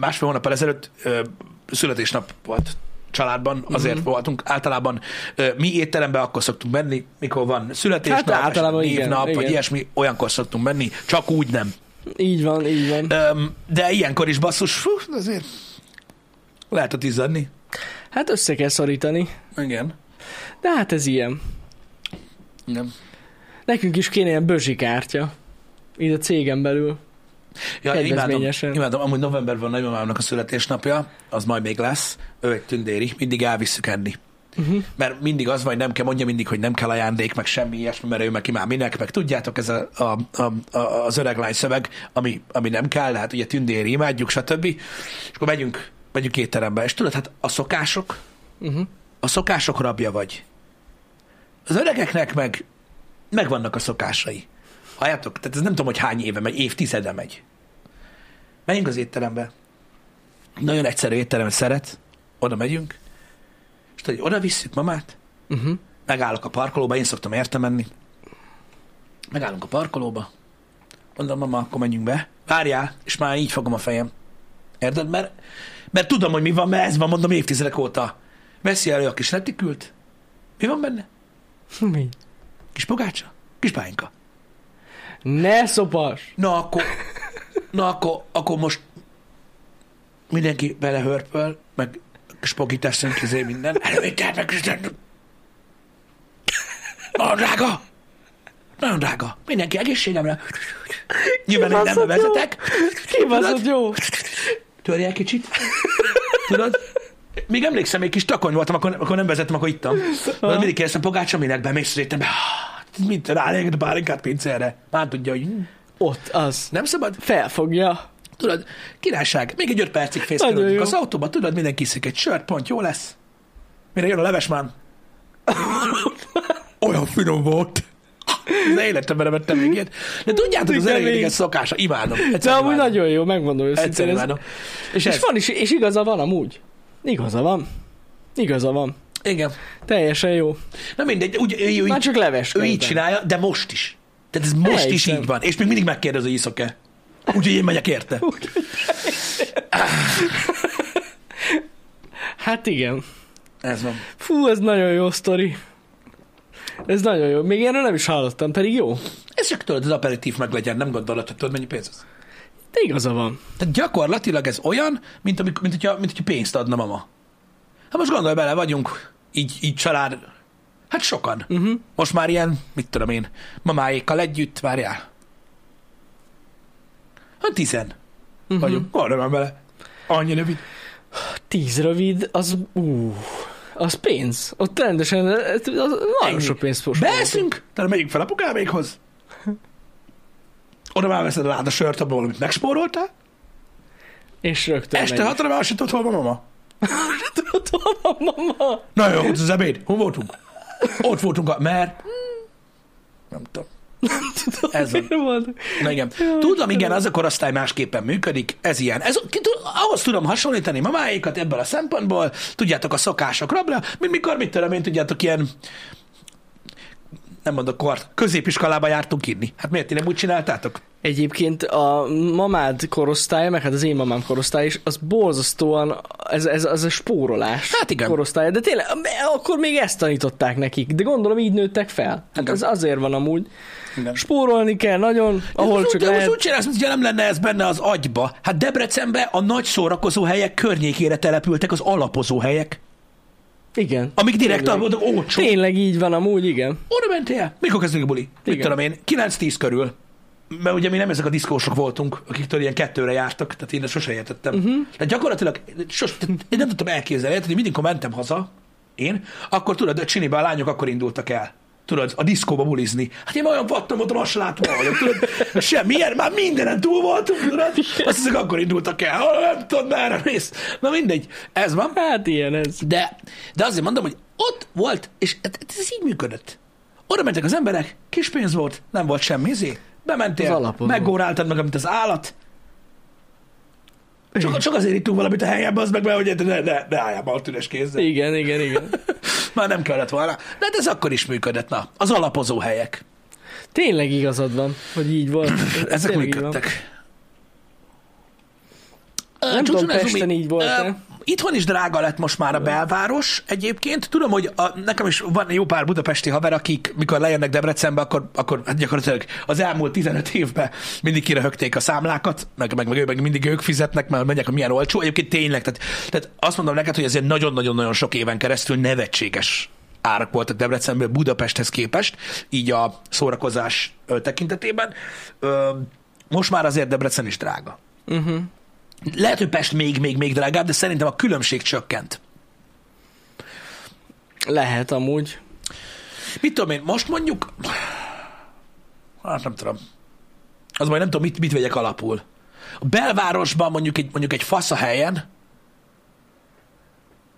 S1: Másfél hónappal ezelőtt ö, születésnap volt családban,
S2: Mhm.
S1: azért mm-hmm. voltunk általában ö, mi étterembe akkor szoktunk menni, mikor van születésnap,
S2: Hát általában
S1: esetleg
S2: igen,
S1: névnap, vagy
S2: igen.
S1: ilyesmi, olyankor szoktunk menni, csak úgy nem.
S2: Így van, így van.
S1: Öm, de ilyenkor is basszus, fú, azért lehet ott izzadni.
S2: Hát össze kell szorítani.
S1: Igen.
S2: De hát ez ilyen.
S1: Nem.
S2: Nekünk is kéne ilyen bözsi kártya. Így a cégen belül.
S1: Ja, én imádom,
S2: Kedvezményesen.
S1: imádom, amúgy novemberben a nagymamámnak a születésnapja, az majd még lesz, ő egy tündéri, mindig elvisszük enni. Uh-huh. Mert mindig az vagy nem kell, mondja mindig, hogy nem kell ajándék, meg semmi ilyesmi, mert ő meg ki már minek, meg tudjátok, ez a, a, a, a, az öreg lány szöveg, ami, ami nem kell, hát ugye tündéri, imádjuk, stb. És akkor megyünk, megyünk étterembe, és tudod, hát a szokások,
S2: Uh-huh.
S1: a szokások rabja vagy. Az öregeknek meg megvannak a szokásai. Halljátok? Tehát ez nem tudom, hogy hány éve megy, évtizede megy. Menjünk az étterembe. Nagyon egyszerű étteremet szeret, oda megyünk, és tudod, hogy oda visszük mamát,
S2: Uh-huh.
S1: megállok a parkolóba, én szoktam érte menni. Megállunk a parkolóba, mondom, mama, akkor menjünk be. Várjál, és már így fogom a fejem. Érted? Mert, mert tudom, hogy mi van, mert ez van, mondom, évtizedek óta. Veszi elő a kis retikült. Mi van benne?
S2: Mi?
S1: Kis pogácsa? Kis pálinka.
S2: Ne szopas!
S1: Na akkor, na akkor, akkor most mindenki belehörpöl, meg spagit teszünk közé izé, minden. Előítel meg üzlet. Nagyon drága. Nagyon drága. Mindenki egészségemre. Nyilván én nem
S2: Kibaszott jó.
S1: vezetek.
S2: Kibaszott jó!
S1: Törj el kicsit. Tudod? Még emlékszem, egy kis takony voltam, akkor, akkor nem vezettem, akkor ittam. Tudod, mindig kérdeztem, pogácsa, minek bemész, és be. Mit ráléged pálinkát pincérre? Már tudja, hogy
S2: Ott az.
S1: nem szabad.
S2: Felfogja.
S1: Tudod, királyság, még egy öt percig
S2: Nagyon
S1: fészkelődünk
S2: jó.
S1: az autóba, tudod, mindenki iszik egy sört, pont jó lesz. Mire jön a leves már? Olyan finom volt. Az életemben nem ettem még ilyet. De tudjátok, az
S2: Igen,
S1: elejének
S2: még.
S1: ez szokása, imádom.
S2: De
S1: Egyszerűen
S2: amúgy
S1: imádom.
S2: nagyon jó, megmondom őszintén.
S1: Egyszerűen
S2: Ez,
S1: imádom.
S2: és,
S1: ez-
S2: és, van is, és igaza van amúgy. Igaza van. Igaza van.
S1: Igen.
S2: Teljesen jó.
S1: Na mindegy, úgy, ő, ő,
S2: Már
S1: így,
S2: csak leves.
S1: ő így
S2: közben.
S1: csinálja, de most is. Tehát ez most is
S2: Elhiszem.
S1: így van. És még mindig megkérdezi, hogy iszok-e. Úgyhogy én megyek érte.
S2: Hát igen.
S1: Ez van.
S2: Fú, ez nagyon jó sztori. Ez nagyon jó. Még erről nem is hallottam, pedig jó.
S1: Ez csak tudod, az aperitív meg legyen, nem gondolod, hogy tudod, mennyi pénz az.
S2: De igaza van.
S1: Tehát gyakorlatilag ez olyan, mint, amik, mint, hogyha, mint hogyha pénzt adna mama. Hát most gondolj bele, vagyunk így, így család, hát sokan.
S2: Mhm.
S1: Uh-huh. Most már ilyen, mit tudom én, mamáékkal együtt, várjál. Hát tizen
S2: Mhm.
S1: uh-huh. vagyunk, gondolom bele. Annyi rövid.
S2: Tíz rövid, az... Ú, az pénz. Ott rendesen, az, az nagyon
S1: Ennyi.
S2: sok pénzt fog
S1: Beeszünk, tehát megyünk fel apukámékhoz. Oda már veszed rád a sört abból, amit megspóroltál.
S2: És rögtön
S1: Este hatra már se tudod, hol van mama.
S2: Ott van a mama.
S1: Na jó, ott az ebéd. Hol voltunk? Ott voltunk, a... mert... Nem tudom. Ez van.
S2: Miért volt?
S1: Na igen. Tudom, igen, az a korosztály másképpen működik, ez ilyen. Ez, ki tud- ahhoz tudom hasonlítani mamáikat ebből a szempontból, tudjátok, a szokások rabra, mint mikor, mit tudom én, tudjátok, ilyen nem mondok kort, középiskolába jártunk inni. Hát miért ti nem úgy csináltátok?
S2: Egyébként a mamád korosztálya, meg hát az én mamám korosztálya is, az borzasztóan, ez, ez az a spórolás
S1: Hát igen.
S2: korosztálya. De tényleg, akkor még ezt tanították nekik, de gondolom így nőttek fel. Hát
S1: Igen.
S2: ez azért van amúgy.
S1: Igen.
S2: Spórolni kell nagyon, ahol
S1: most
S2: csak
S1: úgy, most
S2: lehet.
S1: úgy csinálsz, mintha nem lenne ez benne az agyba. Hát Debrecenbe a nagy szórakozó helyek környékére települtek az alapozó helyek,
S2: Igen.
S1: amik direkt
S2: Tényleg.
S1: arra voltak olcsó.
S2: Tényleg így van amúgy, igen.
S1: Oda mentél? Mikor kezdődik a buli? Mit
S2: Igen.
S1: tudom én, 9-10 körül. Mert ugye mi nem ezek a diszkósok voltunk, akiktől ilyen kettőre jártak, tehát én ezt sose értettem. Uh-huh. Tehát gyakorlatilag sos, tehát én nem tudtam elképzelni, érted, hogy mindig, ha mentem haza, én, akkor tudod, a csinibe a lányok akkor indultak el. Tudod, a diszkóba bulizni. Hát én olyan vattam, mondtam, azt se látom, ahol vagyok, tudod, semmilyen, már mindenen túl voltunk, tudod, azt hiszek, akkor indultak el, ha nem tudod, merre mész. Na mindegy, ez van.
S2: Hát ilyen ez.
S1: De, de azért mondom, hogy ott volt, és ez, ez így működött. Oda mentek az emberek, kis pénz volt, nem volt semmi izé.
S2: Az
S1: Bementél,
S2: alapozó.
S1: meggóráltad meg, amit az állat. Csak, csak azért ittunk valamit a helyembe, az meg, mert hogy ne, ne, ne álljál balt üres kézzel.
S2: Igen, igen, igen.
S1: Már nem kellett volna. De hát ez akkor is működött, na. Az alapozó helyek.
S2: Tényleg igazad van, hogy így volt. Ez
S1: Ezek
S2: tényleg így van.
S1: működtek.
S2: Nem
S1: Csúcson
S2: tudom,
S1: ez
S2: Pesten
S1: umi-
S2: így volt
S1: Ö,
S2: -e?
S1: Itthon is drága lett most már a belváros egyébként. Tudom, hogy a, nekem is van jó pár budapesti haver, akik mikor lejönnek Debrecenbe, akkor, akkor hát gyakorlatilag az elmúlt 15 évben mindig kiröhögték a számlákat, meg, meg, meg, ő- meg mindig ők fizetnek, mert megyek, a milyen olcsó. Egyébként tényleg, tehát, tehát azt mondom neked, hogy azért nagyon-nagyon-nagyon sok éven keresztül nevetséges árak voltak Debrecenből Budapesthez képest, így a szórakozás ö, tekintetében. Ö, Most már azért Debrecen is drága. Lehet, hogy Pest még, még, még drágább, de szerintem a különbség csökkent.
S2: Lehet amúgy.
S1: Mit tudom én, most mondjuk... Hát nem tudom. Az majd nem tudom, mit, mit vegyek alapul. A belvárosban mondjuk egy, mondjuk egy fasz a helyen,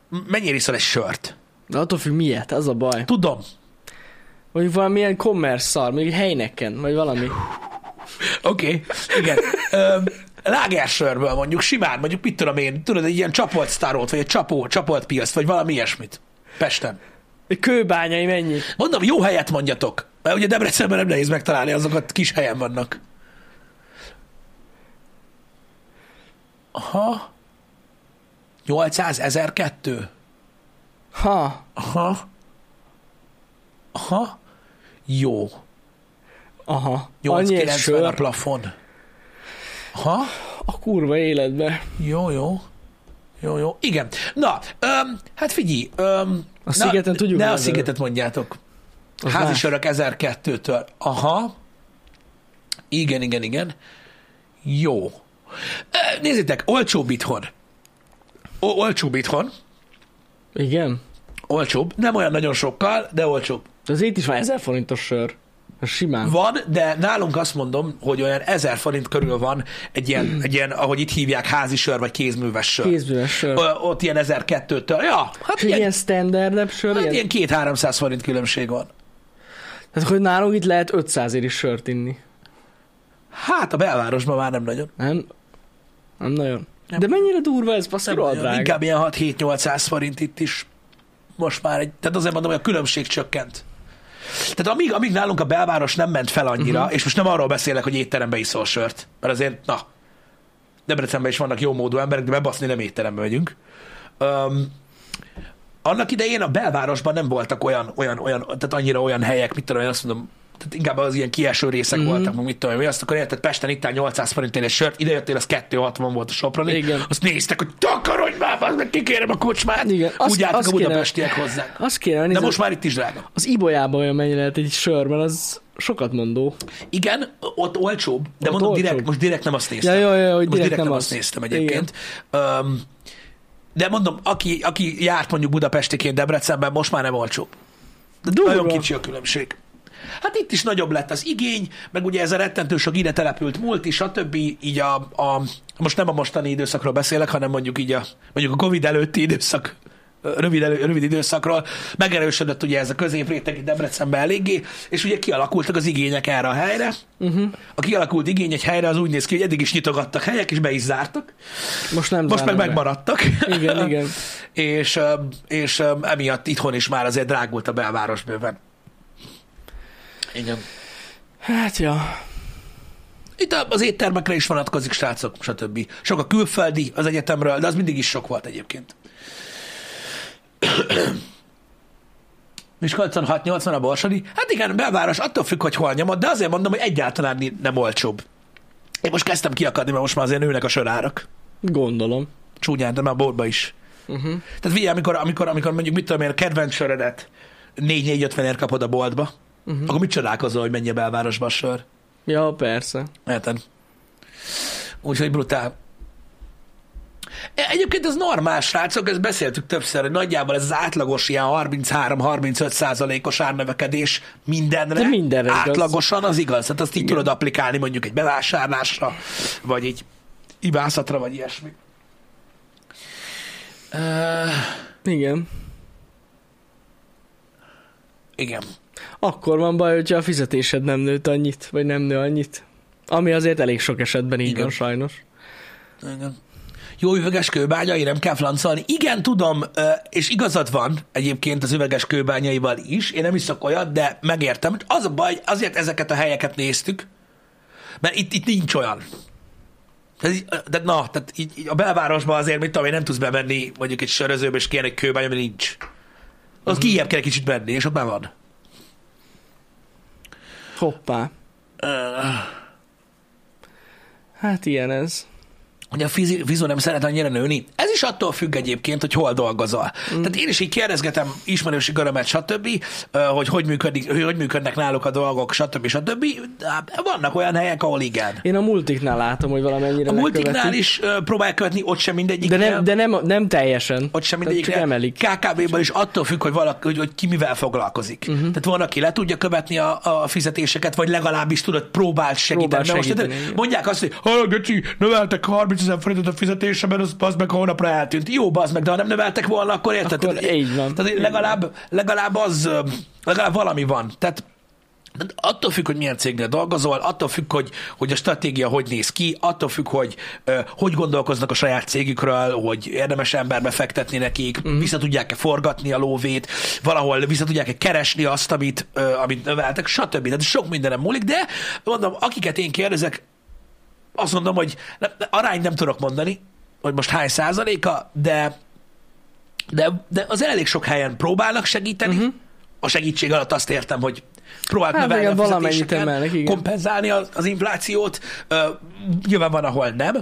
S1: m- mennyire iszol egy sört?
S2: De attól függ miért, az a baj.
S1: Tudom.
S2: Vagy valamilyen commerce szar, mondjuk egy helyneken, vagy valami.
S1: Oké, okay. igen. Öm, Lágersörből mondjuk simán, mondjuk mit tudom én, tudod, egy ilyen csapolt sztárót, vagy egy csapó, csapolt piaszt, vagy valami ilyesmit. Pesten.
S2: Egy Kőbányai mennyi?
S1: Mondom, jó helyet mondjatok. Mert ugye Debrecenben nem nehéz megtalálni, azokat kis helyen vannak. Aha. 800, 1002.
S2: Ha,
S1: Aha. Aha. Jó.
S2: aha. 8 egy
S1: 890 a
S2: sör.
S1: plafon. Aha.
S2: A kurva életbe.
S1: Jó, jó. Jó, jó. Igen. Na, öm, hát figyelj. Öm,
S2: A szigeten tudjuk
S1: Ne a
S2: rendelni.
S1: szigetet mondjátok.
S2: Az
S1: Házi
S2: más.
S1: sörök 1002-től. Aha. Igen, igen, igen. Jó. Ö, Nézzétek, olcsóbb itthon. O- olcsóbb itthon.
S2: Igen?
S1: Olcsóbb. Nem olyan nagyon sokkal, de olcsóbb.
S2: De azért is van 1000 forintos sör. Az Simán.
S1: Van, de nálunk azt mondom, hogy olyan 1000 forint körül van egy ilyen, egy ilyen ahogy itt hívják, házi sör vagy kézműves sör.
S2: Kézműves sör.
S1: Ö, ott ilyen 1002-től. Ja, hát
S2: És egy
S1: ilyen,
S2: ilyen standardebb sör,
S1: hát
S2: ilyen?
S1: ilyen 2-300 forint különbség van.
S2: Tehát, hogy nálunk itt lehet 500 ér is sört inni.
S1: Hát a belvárosban már nem nagyon.
S2: Nem? Nem nagyon.
S1: Nem.
S2: De mennyire durva ez, basszus,
S1: Nem
S2: rohadt
S1: nagyon.
S2: drága.
S1: Inkább ilyen 6-7-800 forint itt is. Most már egy, tehát azért mondom, hogy a különbség csökkent. Tehát amíg, amíg nálunk a belváros nem ment fel annyira,
S2: Mhm.
S1: uh-huh. és most nem arról beszélek, hogy étterembe iszol sört, mert azért, na, Debrecenben is vannak jó módú emberek, de bebaszni nem étterembe megyünk. Um, annak idején a belvárosban nem voltak olyan, olyan, olyan tehát annyira olyan helyek, mit tudom én, azt mondom, tehát inkább az ilyen kieső részek
S2: Mhm.
S1: mm-hmm. voltak, meg mit tudom én, azt akkor érted, Pesten ittál 800 forintért egy sört, ide jöttél, az 260 volt a Soproni,
S2: Igen.
S1: azt nézték, hogy takarodj már, bazd meg kikérem a kocsmát,
S2: Igen,
S1: azt,
S2: azt-
S1: úgy álltak
S2: azt
S1: a
S2: kéne-
S1: budapestiek hozzánk.
S2: Azt kéne
S1: De
S2: nézni,
S1: most már itt is drága.
S2: az Ibolyában olyan mennyi lehet egy sör, mert az sokat mondó.
S1: Igen, ott olcsóbb, de
S2: Ott
S1: mondom, direkt,
S2: olcsóbb.
S1: most direkt nem azt néztem.
S2: Ja, ja, ja, hogy
S1: most direkt
S2: direkt
S1: nem
S2: nem
S1: azt
S2: az.
S1: néztem egyébként. Um, de mondom, aki, aki járt mondjuk Budapestiként Debrecenben, most már nem olcsóbb.
S2: De durva.
S1: Nagyon kicsi a különbség. Hát itt is nagyobb lett az igény, meg ugye ez a rettentő sok ide települt múlt is, stb. Így a, a, most nem a mostani időszakról beszélek, hanem mondjuk így a, mondjuk a Covid előtti időszak, ö, rövid, elő, rövid időszakról, megerősödött ugye ez a középréteg itt Debrecenben eléggé, és ugye kialakultak az igények erre a helyre. Uh-huh. A kialakult igény egy helyre az úgy néz ki, hogy eddig is nyitogattak helyek, és be is zártak,
S2: Most nem
S1: most meg
S2: zárnak be.
S1: megmaradtak.
S2: Igen, igen.
S1: és, ö, és ö, emiatt itthon is már azért drágult a belváros bőven. Igen.
S2: Hát ja.
S1: Itt a- az éttermekre is vonatkozik, srácok, stb. Sok a külföldi az egyetemről, de az mindig is sok volt egyébként. Miskolcon 680 a borsodi? Hát igen, belváros, attól függ, hogy hol nyomod, de azért mondom, hogy egyáltalán ni- nem olcsóbb. Én most kezdtem kiakadni, mert most már azért nőnek a sörárak.
S2: Gondolom.
S1: Csúnyán, de már borba is.
S2: Uh-huh.
S1: Tehát figyelj, amikor, amikor, amikor mondjuk, mit tudom én, a kedvenc sörödet 4-4-50-ért kapod a boltba, uh-huh.
S2: Mhm.
S1: akkor mit csodálkozol, hogy mennyi a belvárosba a sör?
S2: Ja, persze.
S1: Érted? Úgyhogy brutál. E- Egyébként ez normál, srácok, ezt beszéltük többször, hogy nagyjából ez az átlagos ilyen 33-35 százalékos árnövekedés mindenre,
S2: De mindenre igaz.
S1: átlagosan az igaz. Tehát azt így tudod applikálni mondjuk egy bevásárlásra, vagy egy ivászatra, vagy ilyesmi. Uh,
S2: Igen.
S1: igen.
S2: Akkor van baj, hogyha a fizetésed nem nőtt annyit, vagy nem nő annyit. Ami azért elég sok esetben így
S1: Igen.
S2: Igen. van sajnos.
S1: Igen. Jó üveges kőbányai, nem kell flancolni. Igen, tudom, ö, és igazad van egyébként az üveges kőbányaival is, én nem iszok olyat, de megértem. Az a baj, azért ezeket a helyeket néztük, mert itt, itt nincs olyan. Tehát, így, ö, de na, tehát így, így a belvárosban azért, mit tudom én, nem tudsz bemenni mondjuk egy sörözőbe, és kérni egy kőbánya, mert nincs. Az kijebb kell egy kicsit menni, és ott már van.
S2: Hoppá.
S1: Öh.
S2: Hát ilyen ez.
S1: hogy a fizi- fizu nem szeret annyira nőni. Ez is attól függ egyébként, hogy hol dolgozol. Mm. Tehát én is így kérdezgetem ismerősi körömet, stb., ö, hogy hogy, működik, hogy hogy működnek náluk a dolgok, stb. stb. De hát Vannak olyan helyek, ahol igen.
S2: Én a multiknál látom, hogy valamennyire
S1: A multiknál
S2: lekövetik.
S1: is ö, próbálják követni, ott sem mindegyik.
S2: De, nem, de nem, nem teljesen.
S1: ott sem
S2: Tehát
S1: mindegyik.
S2: Csak emelik.
S1: KKV-ban is attól függ, hogy, valaki, hogy, hogy ki mivel foglalkozik.
S2: Mhm.
S1: Uh-huh. Tehát van, aki le tudja követni a, a fizetéseket, vagy legalábbis tudod, próbál segíteni. Mert
S2: Próbál
S1: most
S2: segíteni,
S1: érted,
S2: igen.
S1: mondják azt, hogy ha Göcsi, növeltek 30 ezer forintot a fizetésemben, az, az meg a hónap hónapra eltűnt. Jó, bazd meg, de ha nem növeltek volna, akkor érted?
S2: Akkor
S1: Tehát-
S2: így van.
S1: Tehát legalább, legalább az, ö, legalább valami van. Tehát tehát attól függ, hogy milyen cégnél dolgozol, attól függ, hogy, hogy a stratégia hogy néz ki, attól függ, hogy ö, hogy gondolkoznak a saját cégükről, hogy érdemes emberbe fektetni nekik,
S2: Mhm.
S1: mm. vissza tudják-e forgatni a lóvét, valahol vissza tudják-e keresni azt, amit, ö, amit növeltek, stb. Tehát sok mindenem múlik, de mondom, akiket én kérdezek, azt mondom, hogy nem, arány nem tudok mondani, hogy most hány százaléka, de de, de az elég sok helyen próbálnak segíteni. Uh-huh. A segítség alatt azt értem, hogy próbálnak
S2: Mhm. Hát
S1: növelni a
S2: igen, valamennyit
S1: fizetéseken,
S2: emelnek, igen.
S1: kompenzálni az, az inflációt. Ö, nyilván van, ahol nem.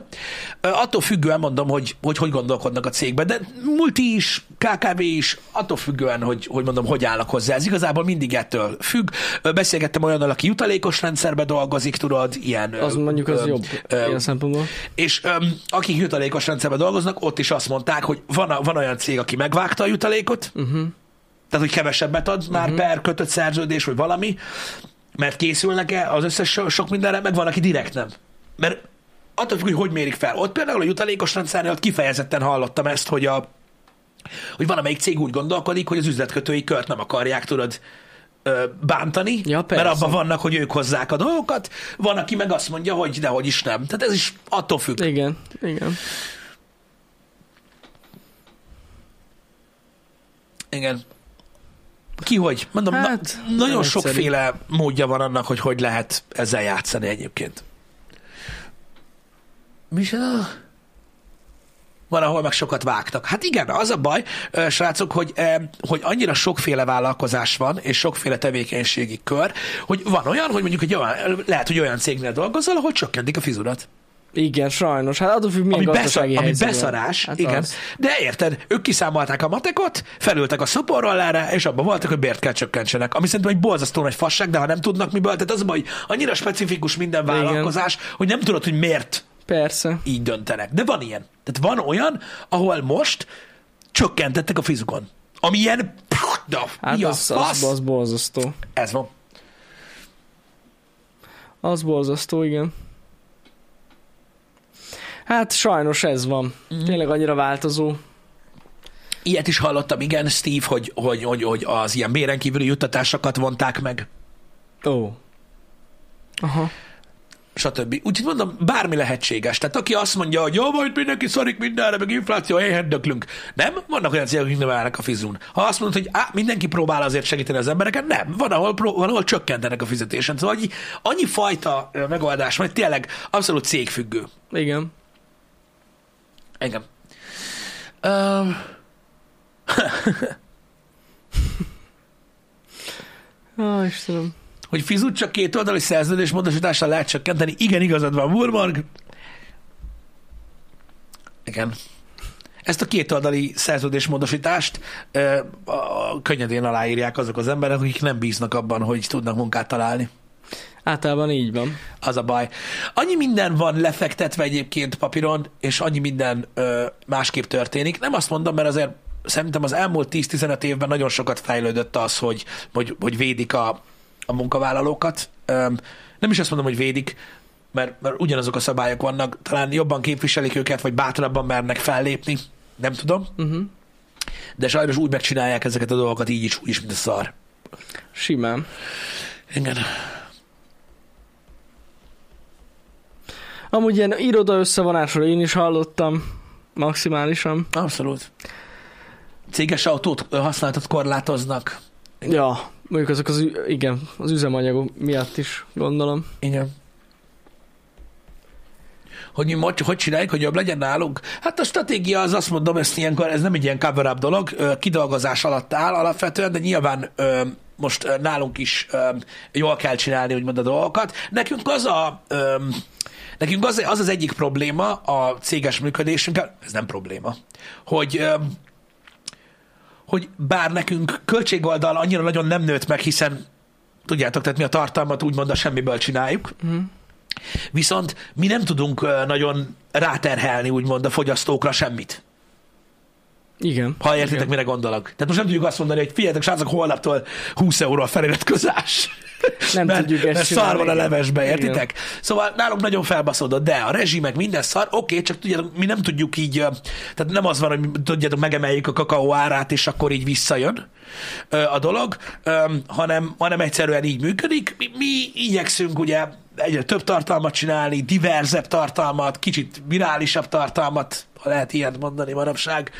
S1: Ö, attól függően mondom, hogy, hogy hogy gondolkodnak a cégben, de multi is, KKV is, attól függően, hogy, hogy mondom, hogy állnak hozzá. Ez igazából mindig ettől függ. Ö, beszélgettem olyannal, aki jutalékos rendszerbe dolgozik, tudod, ilyen... ö,
S2: Az mondjuk az
S1: ö,
S2: jobb
S1: ö,
S2: ilyen szempontból.
S1: és öm, akik jutalékos rendszerben dolgoznak, ott is azt mondták, hogy van, a- van olyan cég, aki megvágta a jutalékot,
S2: Mhm.
S1: uh-huh. tehát hogy kevesebbet ad már uh-huh. per kötött szerződés, vagy valami, mert készülnek -e az összes so- sok mindenre, meg van, aki direkt nem. Mert attól függ, hogy hogy mérik fel. Ott például a jutalékos rendszernél ott kifejezetten hallottam ezt, hogy a hogy van, amelyik cég úgy gondolkodik, hogy az üzletkötői kört nem akarják, tudod, ö, bántani,
S2: Ja, persze.
S1: mert abban Szóval vannak, hogy ők hozzák a dolgokat, van, aki meg azt mondja, hogy dehogy is nem. Tehát ez is attól függ.
S2: Igen, igen.
S1: Igen. Ki hogy? Mondom,
S2: Hát,
S1: na, nagyon
S2: nem
S1: sokféle módja van annak, hogy hogy lehet ezzel játszani egyébként. Mi is ez? Van, ahol meg sokat vágtak. Hát igen, az a baj, ö, srácok, hogy, ö, hogy annyira sokféle vállalkozás van, és sokféle tevékenységi kör, hogy van olyan, hogy mondjuk egy olyan, lehet, hogy olyan cégnél dolgozol, ahol csökkentik a fizurat.
S2: Igen, sajnos. Hát attól függ,
S1: Ami,
S2: milyen gazdasági
S1: beszar, ami
S2: helyzetben.
S1: beszarás,
S2: Hát
S1: hát igen.
S2: az.
S1: Az. De érted, ők kiszámolták a matekot, felültek a szoporrollára, és abban voltak, hogy bért kell csökkentsenek. Ami szerintem egy borzasztó nagy fasság, de ha nem tudnak miből, tehát az a baj, hogy annyira specifikus minden
S2: Igen.
S1: vállalkozás, igen. hogy nem tudod, hogy miért
S2: Persze.
S1: így döntenek. De van ilyen. Tehát van olyan, ahol most csökkentettek a fizukon. Ami ilyen... De,
S2: Hát
S1: mi a
S2: az, az,
S1: fasz?
S2: az borzasztó.
S1: Ez van.
S2: Az borzasztó, igen. Hát sajnos ez van.
S1: Mhm.
S2: Mm. Tényleg annyira változó.
S1: Ilyet is hallottam, igen, Steve, hogy, hogy, hogy, hogy az ilyen béren kívüli juttatásokat vonták meg.
S2: Ó. Aha.
S1: stb. Úgyhogy mondom, bármi lehetséges. Tehát aki azt mondja, hogy jó, majd mindenki szarik mindenre, meg infláció, éhen döklünk. Nem, vannak olyan cégek, akik nem állnak a fizun. Ha azt mondod, hogy á, mindenki próbál azért segíteni az embereket, nem. Van, ahol, pró- van, ahol csökkentenek a fizetésen. Szóval annyi, annyi fajta ö, megoldás van, hogy tényleg abszolút cégfüggő.
S2: Igen.
S1: Engem. Um,
S2: Á, Istenem.
S1: hogy fizut csak két oldali szerződés módosítással lehet csökkenteni. Igen, igazad van, Burmarg. Igen. Ezt a két oldali szerződés módosítást ö, a- a- könnyedén aláírják azok az emberek, akik nem bíznak abban, hogy tudnak munkát találni.
S2: Általában így van.
S1: Az a baj. Annyi minden van lefektetve egyébként papíron, és annyi minden ö, másképp történik. Nem azt mondom, mert azért szerintem az elmúlt 10-15 évben nagyon sokat fejlődött az, hogy, hogy, hogy védik a, a munkavállalókat. Ö, nem is azt mondom, hogy védik, mert, mert ugyanazok a szabályok vannak, talán jobban képviselik őket, vagy bátrabban mernek fellépni, nem tudom,
S2: Uh-huh.
S1: de sajnos úgy megcsinálják ezeket a dolgokat így is, úgy is, mint a szar.
S2: Simán.
S1: Igen.
S2: Amúgy ilyen iroda összevonásról én is hallottam. Maximálisan.
S1: Abszolút. Céges autót ö, használatot korlátoznak. Igen.
S2: Ja, mondjuk azok az, ü- igen, az üzemanyagok miatt is gondolom.
S1: Igen. Hogy mi most, hogy csináljuk, hogy jobb legyen nálunk? Hát a stratégia az azt mondom, ezt ilyenkor, ez nem egy ilyen cover-up dolog, ö, kidolgozás alatt áll alapvetően, de nyilván ö, most ö, nálunk is ö, jól kell csinálni, úgymond a dolgokat. Nekünk az a, ö, nekünk az, az az egyik probléma a céges működésünkkel, ez nem probléma, hogy ö, hogy bár nekünk költségoldal annyira nagyon nem nőtt meg, hiszen tudjátok, tehát mi a tartalmat úgymond a semmiből csináljuk, viszont mi nem tudunk ö, nagyon ráterhelni úgymond a fogyasztókra semmit.
S2: Igen.
S1: Ha értitek,
S2: Igen.
S1: mire gondolok. Tehát most nem tudjuk azt mondani, hogy figyeljetek, srácok, holnaptól 20 euró a feliratkozás.
S2: Nem
S1: mert,
S2: tudjuk ezt
S1: mert szar van a
S2: csinálni.
S1: levesbe,
S2: Igen.
S1: értitek? Szóval nálunk nagyon felbaszódott, de a rezsi meg minden szar, oké, csak tudjátok, mi nem tudjuk így, ö, tehát nem az van, hogy tudjátok, megemeljük a kakaó árát, és akkor így visszajön ö, a dolog, ö, hanem, hanem egyszerűen így működik. Mi, mi igyekszünk ugye egyre több tartalmat csinálni, diverzebb tartalmat, kicsit virálisabb tartalmat, ha lehet ilyet mondani manapság,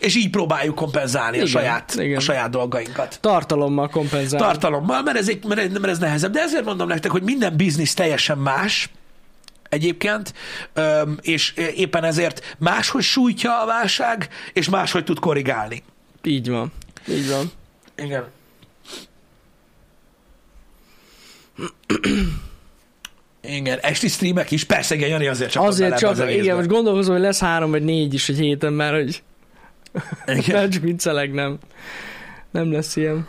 S1: és így próbáljuk kompenzálni igen, a,
S2: Igen,
S1: saját, igen.
S2: igen.
S1: a saját dolgainkat
S2: Tartalommal kompenzál.
S1: tartalommal, mert ez, egy- mert, mert ez nehezebb. De ezért mondom nektek, hogy minden biznisz teljesen más egyébként, öm, és éppen ezért máshogy sújtja a válság, és máshogy tud korrigálni.
S2: Így van. Így van.
S1: Igen. Igen, esti streamek is, persze, igen, Jani azért csak
S2: Azért csak, az igen, most gondolkozom, hogy lesz három vagy négy is egy héten már, hogy
S1: igen,
S2: nem csak viccelek, nem. Nem lesz ilyen.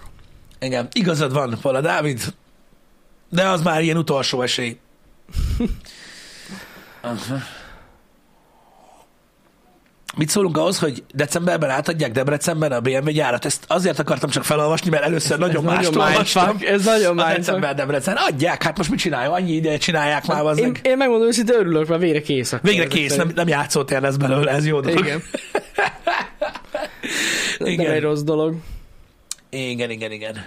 S1: igen, igazad van, Pala Dávid, de az már ilyen utolsó esély. Aha. Mit szólunk ahhoz, hogy decemberben átadják Debrecenben a BMW gyárat? Ezt azért akartam csak felolvasni, mert először nagyon
S2: Ez
S1: mást
S2: nagyon
S1: olvastam.
S2: mindfuck, ez nagyon
S1: A
S2: mindfuck.
S1: december Debrecen. Adják, hát most mit csináljuk? Annyi ideje csinálják már az
S2: Hát Én, én megmondom őszintén, örülök, mert végre kész. akkor
S1: Végre
S2: ez
S1: kész,
S2: egy-
S1: nem, nem játszótér lesz belőle, ez jó dolog.
S2: Igen. Igen.
S1: Igen.
S2: Nem egy rossz dolog.
S1: Igen, igen, igen.